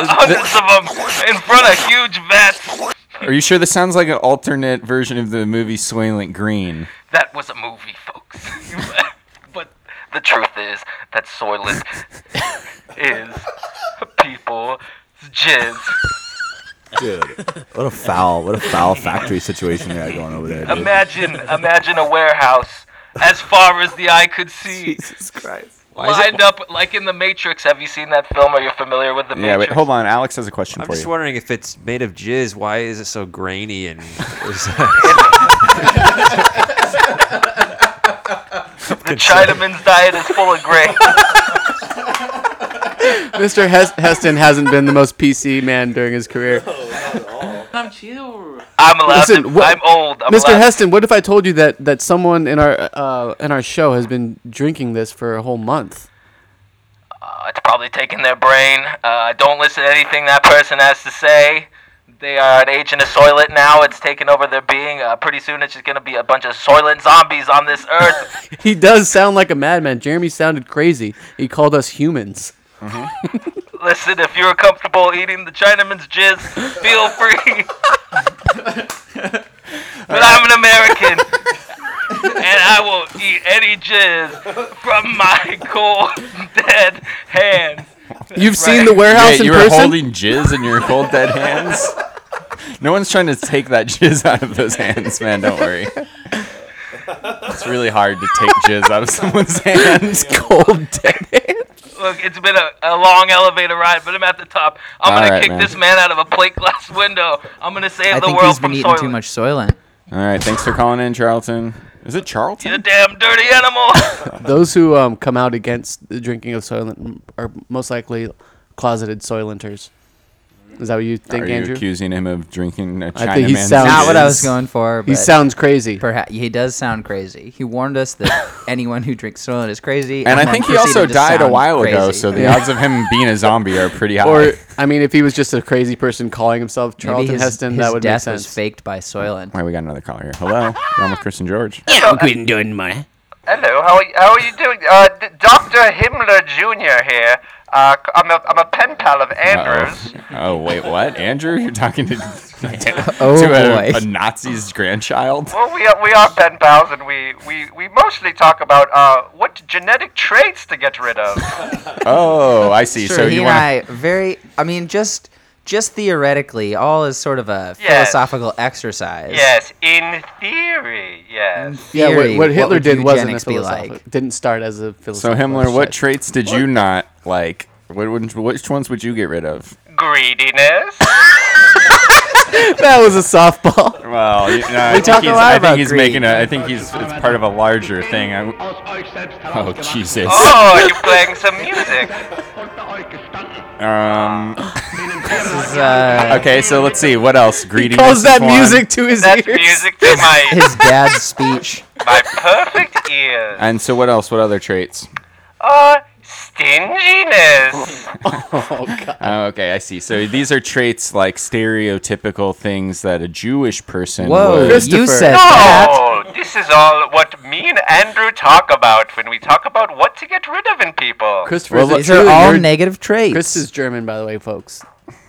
S: Hundreds of them in front of huge vats.
H: Are you sure this sounds like an alternate version of the movie Soylent Green?
S: That was a movie, folks. but
T: The truth is that Soylent is people jizz.
J: Dude, what a foul, what a foul factory situation they got going over there. Dude.
S: Imagine, imagine a warehouse as far as the eye could see. Jesus Christ.
H: is it-
S: Lined up like in the Matrix. Have you seen that film? Are you familiar with the
H: Yeah,
S: Matrix?
H: wait, hold on. Alex has a question
I: I'm
H: for
I: just
H: you.
I: wondering if it's made of jizz. Why is it so grainy and?
S: The Chinaman's diet is full of gray.
G: Mr. Hes- Heston hasn't been the most PC man during his career.
S: I'm chill. I'm allowed to.
G: what-
S: I'm old. I'm
G: Mr.
S: allowed-
G: Heston, what if I told you that that someone in our uh, in our show has been drinking this for a whole month?
S: Uh, it's probably taking their brain. Uh, don't listen to anything that person has to say. They are an agent of Soylent now. It's taken over their being. Uh, pretty soon, it's just going to be a bunch of Soylent zombies on this earth.
G: He does sound like a madman. Jeremy sounded crazy. He called us humans.
H: Mm-hmm.
S: Listen, if you're comfortable eating the Chinaman's jizz, feel free. but I'm an American, and I will eat any jizz from my cold, dead hands.
G: You've seen the warehouse
H: Wait,
G: in
H: you were
G: person.
H: holding jizz in your cold dead hands. No one's trying to take that jizz out of those hands, man. Don't worry. It's really hard to take jizz out of someone's hands. Cold dead hands.
S: Look, it's been a, a long elevator ride, but I'm at the top. I'm
H: All
S: gonna
H: right,
S: kick
H: man.
S: this man out of a plate glass window. I'm gonna save
L: I
S: the
L: think
S: world
L: he's been
S: from
L: eating
S: soil.
L: too much Soylent.
H: All right, thanks for calling in, Charlton. Is it Charlton?
W: You damn dirty animal.
G: Those who um, come out against the drinking of Soylent are most likely closeted Soylenters. Is that what you think,
H: Are you
G: Andrew?
H: accusing him of drinking a Chinaman's?
G: I think he sounds
L: not what I was going for.
G: He
L: but
G: sounds crazy.
L: Perhaps he does sound crazy. He warned us that anyone who drinks Soylent is crazy.
H: And I
L: then
H: think he
L: proceeded
H: also
L: to
H: died a
L: sound
H: while ago,
L: crazy.
H: so the odds of him being a zombie are pretty high.
G: Or I mean, if he was just a crazy person calling himself Charlton
L: his-
G: Heston,
L: his
G: that would
L: death
G: make
L: was
G: sense.
L: faked by Soylent.
H: Wait, we got another caller here. Hello, you're on with Chris and George.
G: Yeah, I'm quitting doing money.
R: Hello, how are you, how are you doing? Uh, D- Dr. Himmler Jr. here. Uh, c- I'm, a, I'm a pen pal of Andrews.
H: Oh wait, what? Andrew, you're talking to
R: Oh,
H: to
R: boy.
H: a, a Nazi's grandchild?
R: Well, we are, we are pen pals, and we, we, we mostly talk about uh, what genetic traits to get rid of.
H: Oh, I see.
L: Sure,
H: so
L: he
H: you
L: and
H: want
L: I very. I mean, just just theoretically, all is sort of a
R: Yes.
L: philosophical exercise.
R: yes, in theory, yes.
G: Yeah, what,
L: theory,
G: what
L: what
G: Hitler
L: would
G: did wasn't a
L: eugenics be like?
G: philosophic. Didn't start as a
H: So
G: philosophical.
H: Himmler, what traits did you not like? What, would- which ones would you get rid of?
R: Greediness.
G: that was a softball.
H: Well, you, no, I
G: We
H: think
G: talk a
H: he's,
G: lot
H: I think
G: about
H: he's
G: greed.
H: making a. I think he's it's part of a larger thing. I, oh Jesus.
R: Oh, you're playing some music.
H: Um.
R: Oh,
L: uh,
H: okay, so let's see what else. Greediness.
G: calls
H: is
G: that
H: one.
G: music to his
R: That's
G: ears.
R: music to my
L: His dad's speech.
R: my perfect ears.
H: And so what else? What other traits?
R: Uh, stinginess.
H: oh, okay, I see. So these are traits like stereotypical things that a Jewish person.
L: Whoa,
H: would. Oh!
L: you said
R: No, this is all what me and Andrew talk about when we talk about what to get rid of in people.
G: Christopher, is it
L: these are
G: true
L: all
G: you're-
L: negative traits.
G: Chris is German, by the way, folks.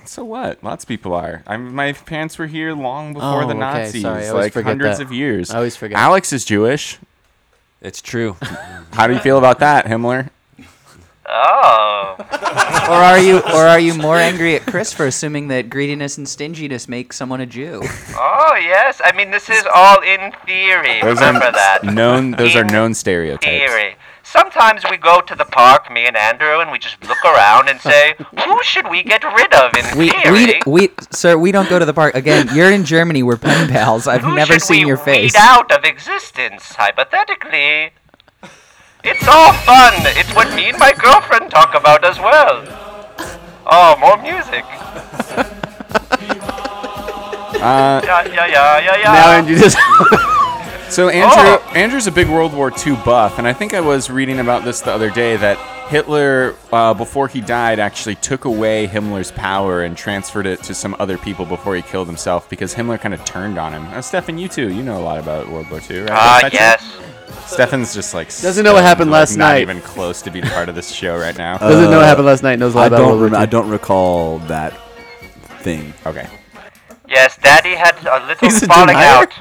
H: So what? Lots of people are. I'm, my parents were here long
G: Oh,
H: before the
G: okay,
H: Nazis,
G: sorry, I always
H: like
G: forget
H: hundreds
G: that.
H: of years.
G: I always forget.
H: Alex is Jewish. It's true. How do you feel about that, Himmler?
R: Oh.
L: or are you or are you more angry at Chris for assuming that greediness and stinginess make someone a Jew?
R: Oh yes, I mean this is all in theory. Remember that.
H: known. Those are
R: In
H: known stereotypes.
R: Theory. Sometimes we go to the park, me and Andrew, and we just look around and say, "Who should we get rid of?" In
L: We
R: theory,
L: we we sir, we don't go to the park again. You're in Germany. We're pen pals. I've
R: who
L: never
R: should
L: seen
R: we
L: your face.
R: weed out of existence? Hypothetically, it's all fun. It's what me and my girlfriend talk about as well. Oh, more music.
H: Uh,
R: Yeah, yeah, yeah, yeah, yeah.
H: Now Andrew just- so Andrew,
R: Oh.
H: Andrew's a big World War II buff, and I think I was reading about this the other day that Hitler, uh, before he died, actually took away Himmler's power and transferred it to some other people before he killed himself because Himmler kind of turned on him. Now, Stefan, you too, you know a lot about World War II, right?
R: Ah,
H: Don't
R: yes.
H: you? Stefan's just like
G: Doesn't know what
H: stoned,
G: happened
H: like,
G: last
H: not
G: night.
H: Even close to being part of this show right now.
G: Doesn't know what happened last night, knows a lot
J: I
G: about
J: don't
G: World War
J: rem-
G: II.
J: I don't recall that thing.
H: Okay.
R: Yes, Daddy had a little
J: He's a
R: falling
J: denier.
R: out.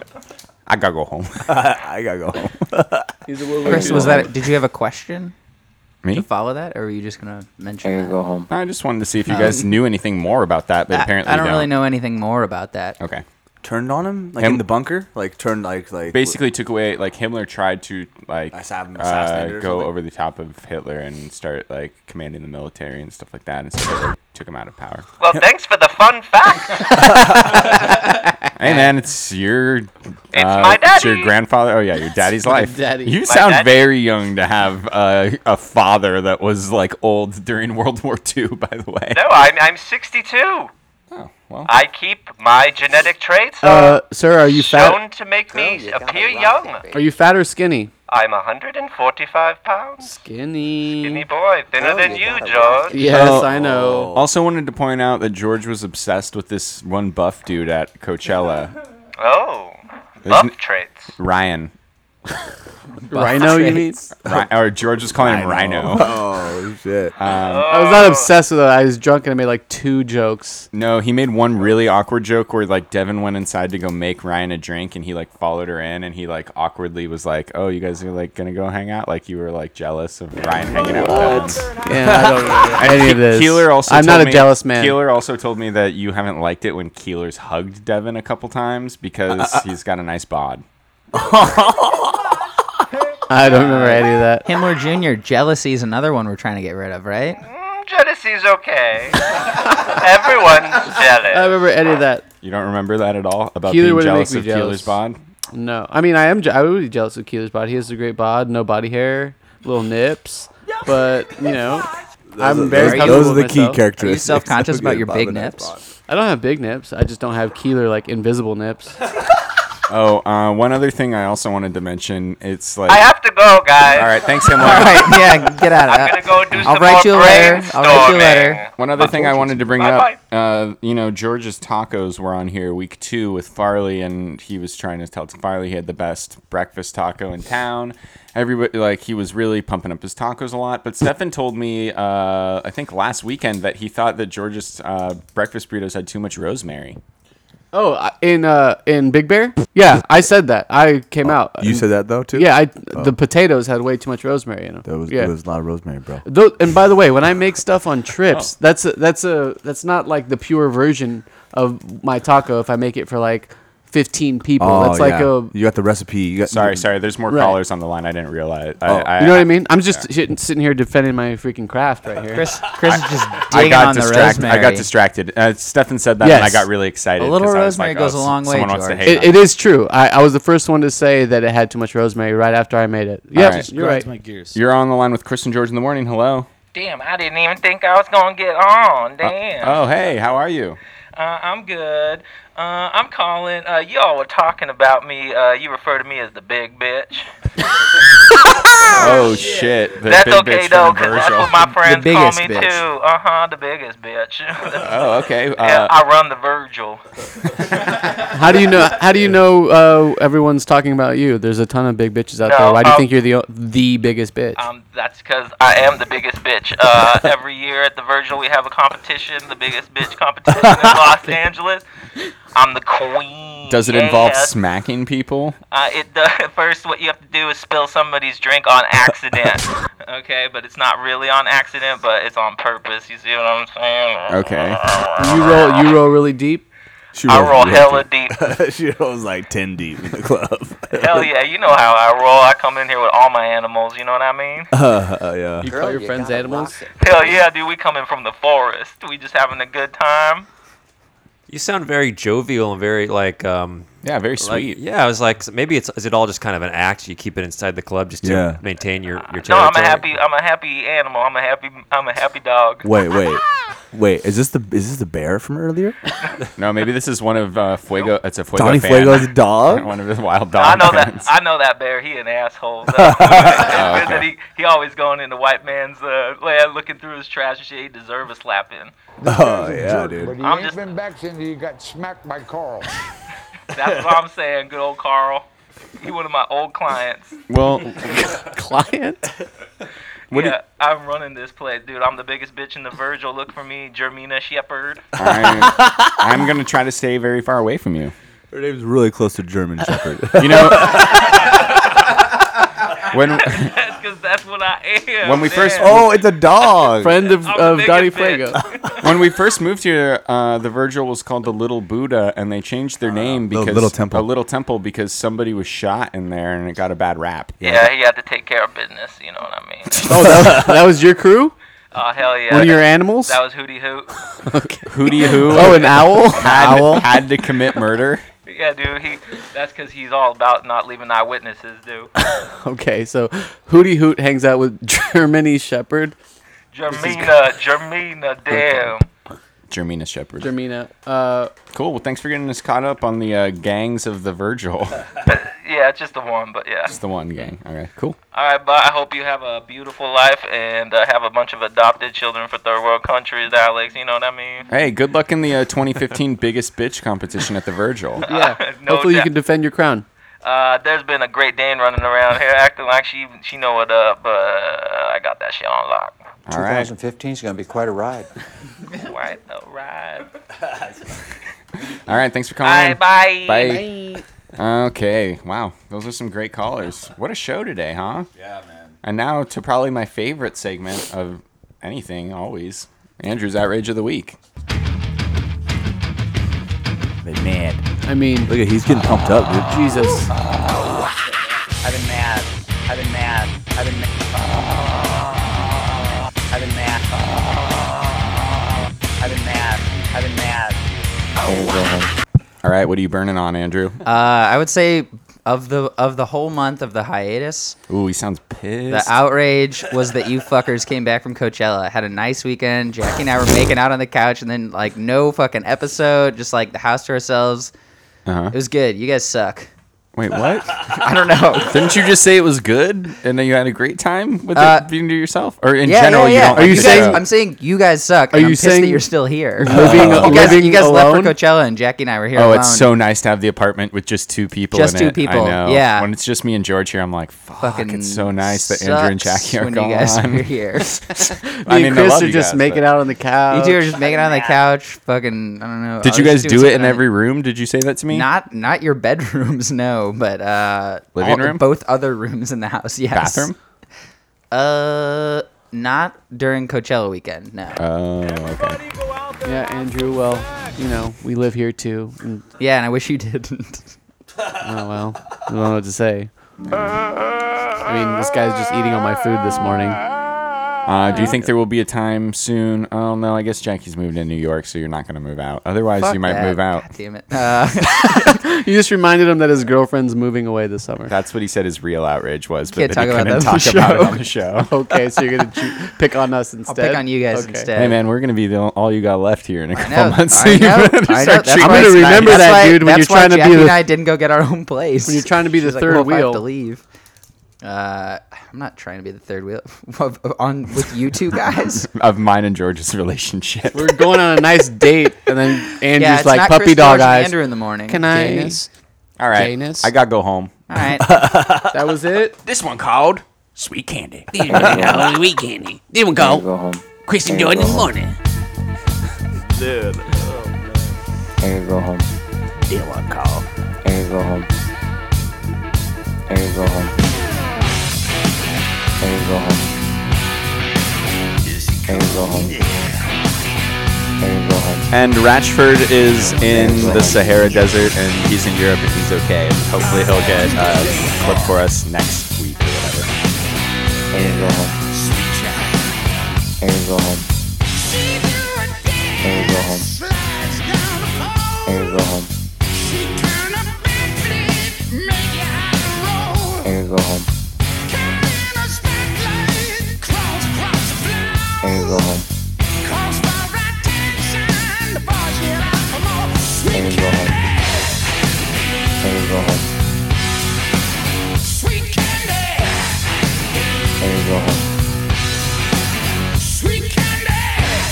H: I gotta go home.
J: I gotta go home.
G: He's a
L: Chris, was that? Did you have a question?
H: Me?
L: To follow that, or were you just gonna mention? that?
X: go home.
H: I just wanted to see if you
L: Um,
H: guys knew anything more about that, but
L: I-
H: apparently
L: I
H: you
L: don't
H: don't.
L: really know anything more about that.
H: Okay.
J: Turned on him, like
H: Him-
J: in the bunker, like turned like like
H: basically took away like Himmler tried to like
J: Assassin-
H: uh,
J: assassinated or
H: go
J: something?
H: over the top of Hitler and start like commanding the military and stuff like that, and so Hitler took him out of power.
R: Well, thanks for the fun fact.
H: Hey man, it's your it's
R: my
H: it's your
R: daddy.
H: grandfather. Oh yeah, your daddy's
R: my
H: life.
R: daddy.
H: You
R: My
H: sound
R: daddy.
H: very young to have uh, a father that was like old during World War II. By the way,
R: no, I'm, I'm 62. Oh,
H: well.
R: I keep my genetic traits
G: Uh, sir, are you
R: shown
G: fat?
R: to make me appear young.
G: Are you fat or skinny?
R: I'm 145 pounds.
G: Skinny.
R: Skinny boy, thinner than you, George.
G: Yes,
J: Oh.
H: Oh.
G: I know.
H: Also wanted to point out that George was obsessed with this one buff dude at Coachella.
R: Oh,
H: His
R: buff
H: n-
R: traits.
H: Ryan.
G: Rhino, you mean?
H: Ri- or George was calling him Rhino. Um,
J: Oh shit.
G: I was not obsessed with it. I was drunk and I made like two jokes.
H: No, he made one really awkward joke where like Devin went inside to go make Ryan a drink and he like followed her in and he like awkwardly was like, "Oh, you guys are like going to go hang out?" Like you were like jealous of Ryan hanging out with Devin.
G: Yeah, I don't remember
H: And
G: any
H: Ke-
G: of this.
H: Keeler also
G: I'm
H: told
G: not a
H: me-
G: jealous man.
H: Keeler also told me that you haven't liked it when Keeler's hugged Devin a couple times because he's got a nice bod.
G: I don't remember any of that.
L: Himmler Jr. Jealousy is another one we're trying to get rid of, right?
R: Mm, Jealousy's okay. Everyone's jealous.
G: I don't remember any of that.
H: You don't remember that at all about
G: Keeler
H: being
G: wouldn't make
H: jealous
G: me
H: of
G: jealous.
H: Keeler's bod?
G: No, I mean I am. Je- I would be jealous of Keeler's body. He has a great bod, no body hair, little nips. But you know, I'm
J: are-
G: very.
J: those-
G: comfortable
J: those are
G: with
J: the key
G: myself.
J: characteristics Are you self-conscious of a about good your big bod and a nice
G: nips? I don't have big nips. I just don't have Keeler like invisible nips.
H: Oh, uh, one other thing I also wanted to mention. It's like
G: I
R: have to go, guys.
H: All right, thanks so
R: All
H: much.
R: right,
L: yeah, get out of
R: I'm
L: that.
R: gonna go do
L: I'll
R: some
L: write
R: more
L: you a letter. I'll write you a letter.
R: brainstorming.
H: One other thing I wanted to bring up, uh, you know, George's tacos were on here week two with Farley, and he was trying to tell Farley he had the best breakfast taco in town. Everybody, like, he was really pumping up his tacos a lot. But Stefan told me, uh, I think last weekend, that he thought that George's uh, breakfast burritos had too much rosemary.
G: Oh, I- in uh, in Big Bear. Yeah, I said that. I came out.
J: Oh, you said that, though, too?
G: Yeah, I
J: Oh.
G: the potatoes had way too much rosemary in them.
J: That was,
G: yeah.
J: there was a lot of rosemary, bro.
G: Tho- and by the way, when I make stuff on trips, that's a, that's a that's not like the pure version of my taco. If I make it for like fifteen people,
H: Oh,
G: that's like
J: Oh, yeah.
G: a
J: you got the recipe. You got
H: Sorry, sorry. There's more
G: Right.
H: callers on the line. I didn't realize. I,
G: Oh.
H: I,
G: you know what I mean? I'm just shitting- sitting here defending my freaking craft right here.
L: Chris- Chris is just
H: I got distracted. I got distracted. Uh, Stefan said that, and I
G: Yes.
H: got really excited.
L: A little
H: 'cause I was
L: rosemary
H: like,
L: goes a
H: s-
L: long way,
H: Someone wants to
L: George.
H: hate
G: It, it is true. I, I was the first one to say that it had too much rosemary right after I made it. Yeah, you're right.
H: You're on the line with Chris and George in the morning. Hello.
S: Damn, I didn't even think I was gonna get on. Damn.
H: Oh, hey, how are you?
S: Uh, I'm good. Uh, I'm calling. Uh, y'all were talking about me. Uh, you refer to me as the big bitch.
H: Oh shit. The
S: that's
H: big
S: okay
H: bitch
S: though,
H: from
S: 'cause that's
H: Virgil.
S: what my friends call
H: biggest
S: me
H: bitch.
S: too. Uh huh, the biggest bitch.
H: Oh, okay.
S: Yeah,
H: Uh,
S: I run the Virgil.
G: How do you know? How do you know uh, everyone's talking about you? There's a ton of big bitches out
S: No,
G: there. Why do you
S: um,
G: think you're the o- the biggest bitch?
S: Um, that's because I am the biggest bitch. Uh, every year at the Virgil, we have a competition, the biggest bitch competition in Los Angeles. I'm the queen.
H: Does it involve
S: yeah.
H: smacking people?
S: Uh, it the, first what you have to do is spill somebody's drink on accident. okay, but it's not really on accident, but it's on purpose. You see what I'm saying?
H: Okay.
G: You roll. You roll really deep.
S: I roll hella
J: deep. she rolls like ten deep in the club.
S: Hell yeah, you know how I roll. I come in here with all my animals. You know what I mean?
J: Uh, yeah.
G: You call your friends animals?
S: Hell yeah, dude. We coming from the forest. We just having a good time.
I: You sound very jovial and very like um
H: yeah, very
I: like-
H: sweet.
I: yeah, I was like s- maybe it's is it all just kind of an act you keep it inside the club just to
J: Yeah.
I: maintain your your
S: No,
I: territory.
S: I'm a happy. I'm a happy animal. I'm a happy. I'm a happy dog.
J: Wait, wait, wait. Is this the is this the bear from earlier?
H: No, maybe this is one of uh, Fuego. It's a Fuego
J: Donnie
H: fan.
J: Fuego's dog?
H: one of his wild
S: I
H: dog.
S: know that.
H: fans.
S: I know that bear. He an asshole. That's
H: Oh, okay.
S: that he, he always going into white man's uh, land, looking through his trash and shit. He deserve a slapping.
J: Oh yeah,
D: Jerk, But
J: dude.
D: he
S: I'm
D: ain't been back since he got smacked by Carl.
S: That's what I'm saying. Good old Carl. He one of my old clients.
H: Well,
G: client.
H: What do
S: yeah, I'm running this place, dude. I'm the biggest bitch in the Virgil. Look for me, Jermina Shepherd.
H: I, I'm gonna try to stay very far away from you.
J: Her name's really close to German Shepherd.
H: You know. when
S: That's because that's what I am.
H: when we first
S: man.
J: Oh, it's a dog.
G: Friend of,
S: I'm the
G: of Donnie
S: biggest
G: Fuego.
H: when we first moved here, uh, the Virgil was called the Little Buddha, and they changed their name because
J: Uh, Little Temple.
H: a little temple because somebody was shot in there and it got a bad rap.
S: Yeah, he had to take care of business. You know what I mean?
G: Oh, that, that was your crew.
S: Oh hell yeah!
G: One of your animals?
S: That was Hootie Hoot.
G: Okay.
H: Hootie Who?
G: Oh, an owl.
H: had, had to commit murder.
S: Yeah, dude. He. That's because he's all about not leaving eyewitnesses, dude.
G: Okay, so Hootie Hoot hangs out with Germany Shepherd.
S: Jermina, Jermina, damn.
H: Jermina Shepherd.
G: Germina. Uh,
H: cool. Well, thanks for getting us caught up on the uh, gangs of the Virgil.
S: Yeah, it's just the one, but yeah.
H: It's the one gang. All right, cool.
S: All right, bye. I hope you have a beautiful life and uh, have a bunch of adopted children for third world countries, Alex. You know what I mean?
H: Hey, good luck in the uh, 2015 Biggest Bitch competition at the Virgil.
G: Yeah.
S: No
G: Hopefully, you
S: doubt.
G: can defend your crown.
S: Uh, there's been a great Dane running around here acting like she she know what up, but uh, I got that shit on lock.
H: All right.
N: 2015 is going to be quite a ride.
S: Right, uh, all right.
H: All right, thanks for calling.
S: All right,
H: in.
S: bye.
H: Bye. Okay, wow. Those are some great callers. What a show today, huh? Yeah, man. And now to probably my favorite segment of anything, always Andrew's Outrage of the Week.
G: Been mad. I mean,
J: look at he's getting pumped up, dude.
G: Jesus.
B: I've been mad. I've been mad. I've been mad. I've been mad. I've been mad. I've been mad.
L: Oh,
H: All right, what are you burning on, Andrew?
L: Uh, I would say of the of the whole month of the hiatus.
H: Ooh, he sounds pissed.
L: The outrage was that you fuckers came back from Coachella, had a nice weekend. Jackie and I were making out on the couch, and then like no fucking episode, just like the house to ourselves.
H: Uh-huh.
L: It was good. You guys suck.
H: Wait, what? I don't know. Didn't you just say it was good and then you had a great time with
L: Uh,
H: it being to yourself? Or in general, you don't.
L: Are
H: like
L: you
H: to
L: saying?
H: go?
L: I'm saying you guys suck.
H: Are
L: and
H: you
L: I'm pissed that
H: saying
L: you're still here?
H: living-
L: you guys,
H: living
L: you guys left
H: alone?
L: for Coachella, and Jackie and I were here.
H: oh,
L: alone.
H: it's so nice to have the apartment with just two people.
L: Just
H: in
L: two
H: it.
L: people,
H: I know.
L: yeah.
H: When it's just me and George here, I'm like, fuck. it's so nice that Andrew and
L: sucks
H: Jackie are
L: when
H: gone.
L: you guys are here.
H: I
G: Me
H: mean,
G: and
H: I
G: Chris
H: love
G: are
H: you
G: just
H: guys,
G: making
H: but-
G: out on the couch.
L: You two are just making out on the couch. Fucking, I don't know.
H: Did
L: I
H: you guys
L: was doing
H: do it
L: something
H: in
L: on-
H: every room? Did you say that to me?
L: Not not your bedrooms, no, but uh,
H: Living room?
L: both other rooms in the house. Yes,
H: Bathroom?
L: Uh, not during Coachella weekend. No.
H: Oh, okay.
G: Yeah, Andrew. Well, you know, we live here too. And,
L: Yeah, and I wish you didn't.
G: oh well, I don't know what to say. I mean, this guy's just eating all my food this morning.
H: Uh, do you think there will be a time soon? Oh no, I guess Jackie's moved to New York, so you're not going to move out. Otherwise,
G: Fuck
H: you might
G: that.
H: move out.
L: God damn it. Uh,
G: you just reminded him that his girlfriend's moving away this summer.
H: That's what he said his real outrage was, but
G: Can't
H: then he
G: talk about
H: couldn't
G: that on
H: talk
G: the
H: about it
G: show.
H: on the show.
G: okay, so you're gonna choo- pick on us instead. Okay.
H: Hey man, we're gonna be the, all you got left here in a couple
L: know,
H: months.
L: I
H: so you
L: know,
H: better
L: I know,
H: start
L: that's
H: treating
L: why-
H: us
L: that's
H: nice.
L: why- that's why Jackie
G: the-
L: and I didn't go get our own place.
G: When you're trying to be
L: She
G: the
L: was like,
G: third
L: well, if I have
G: wheel.
L: to leave. Uh, I'm not trying to be the third wheel of- of- on with you two guys.
H: of mine and George's relationship.
G: We're going on a nice date, and then Andrew's
L: Yeah, it's
G: like
L: not
G: puppy
L: Chris
G: dog
L: George and
G: eyes.
L: Andrew in the morning.
G: Can I?
L: Gayness.
H: All right,
G: Gayness?
H: I gotta go home.
L: All right.
G: that was it.
H: This one called Sweet Candy.
J: Sweet candy. There we go.
F: Go home.
J: Chris and
F: There you
J: Jordan
F: go.
J: in the morning.
F: Dude.
J: Oh,
F: There you go home. Deal one call. There you go home. There you go home. There you go home. There you go home. There you go home.
H: And Ratchford is in the Sahara Desert, and he's in Europe, and he's okay. And hopefully, he'll get uh, clip for us next week or whatever.
F: There you go home. There you go home. There you go home. There you go home. There you go home. There you go home. There you go home. There you go home. There you go home.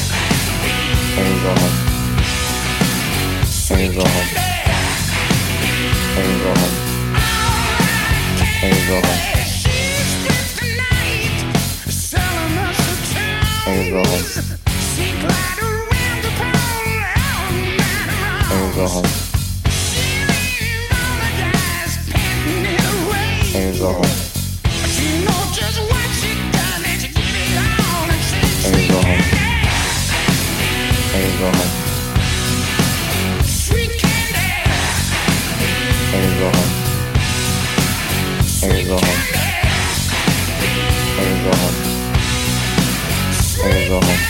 F: There you go home. There you go home. There you go home. There you go home. There you go home. There you go home. There you go home. There you go home. There you go home. There you go home. There you go home. There you go home. There you go home.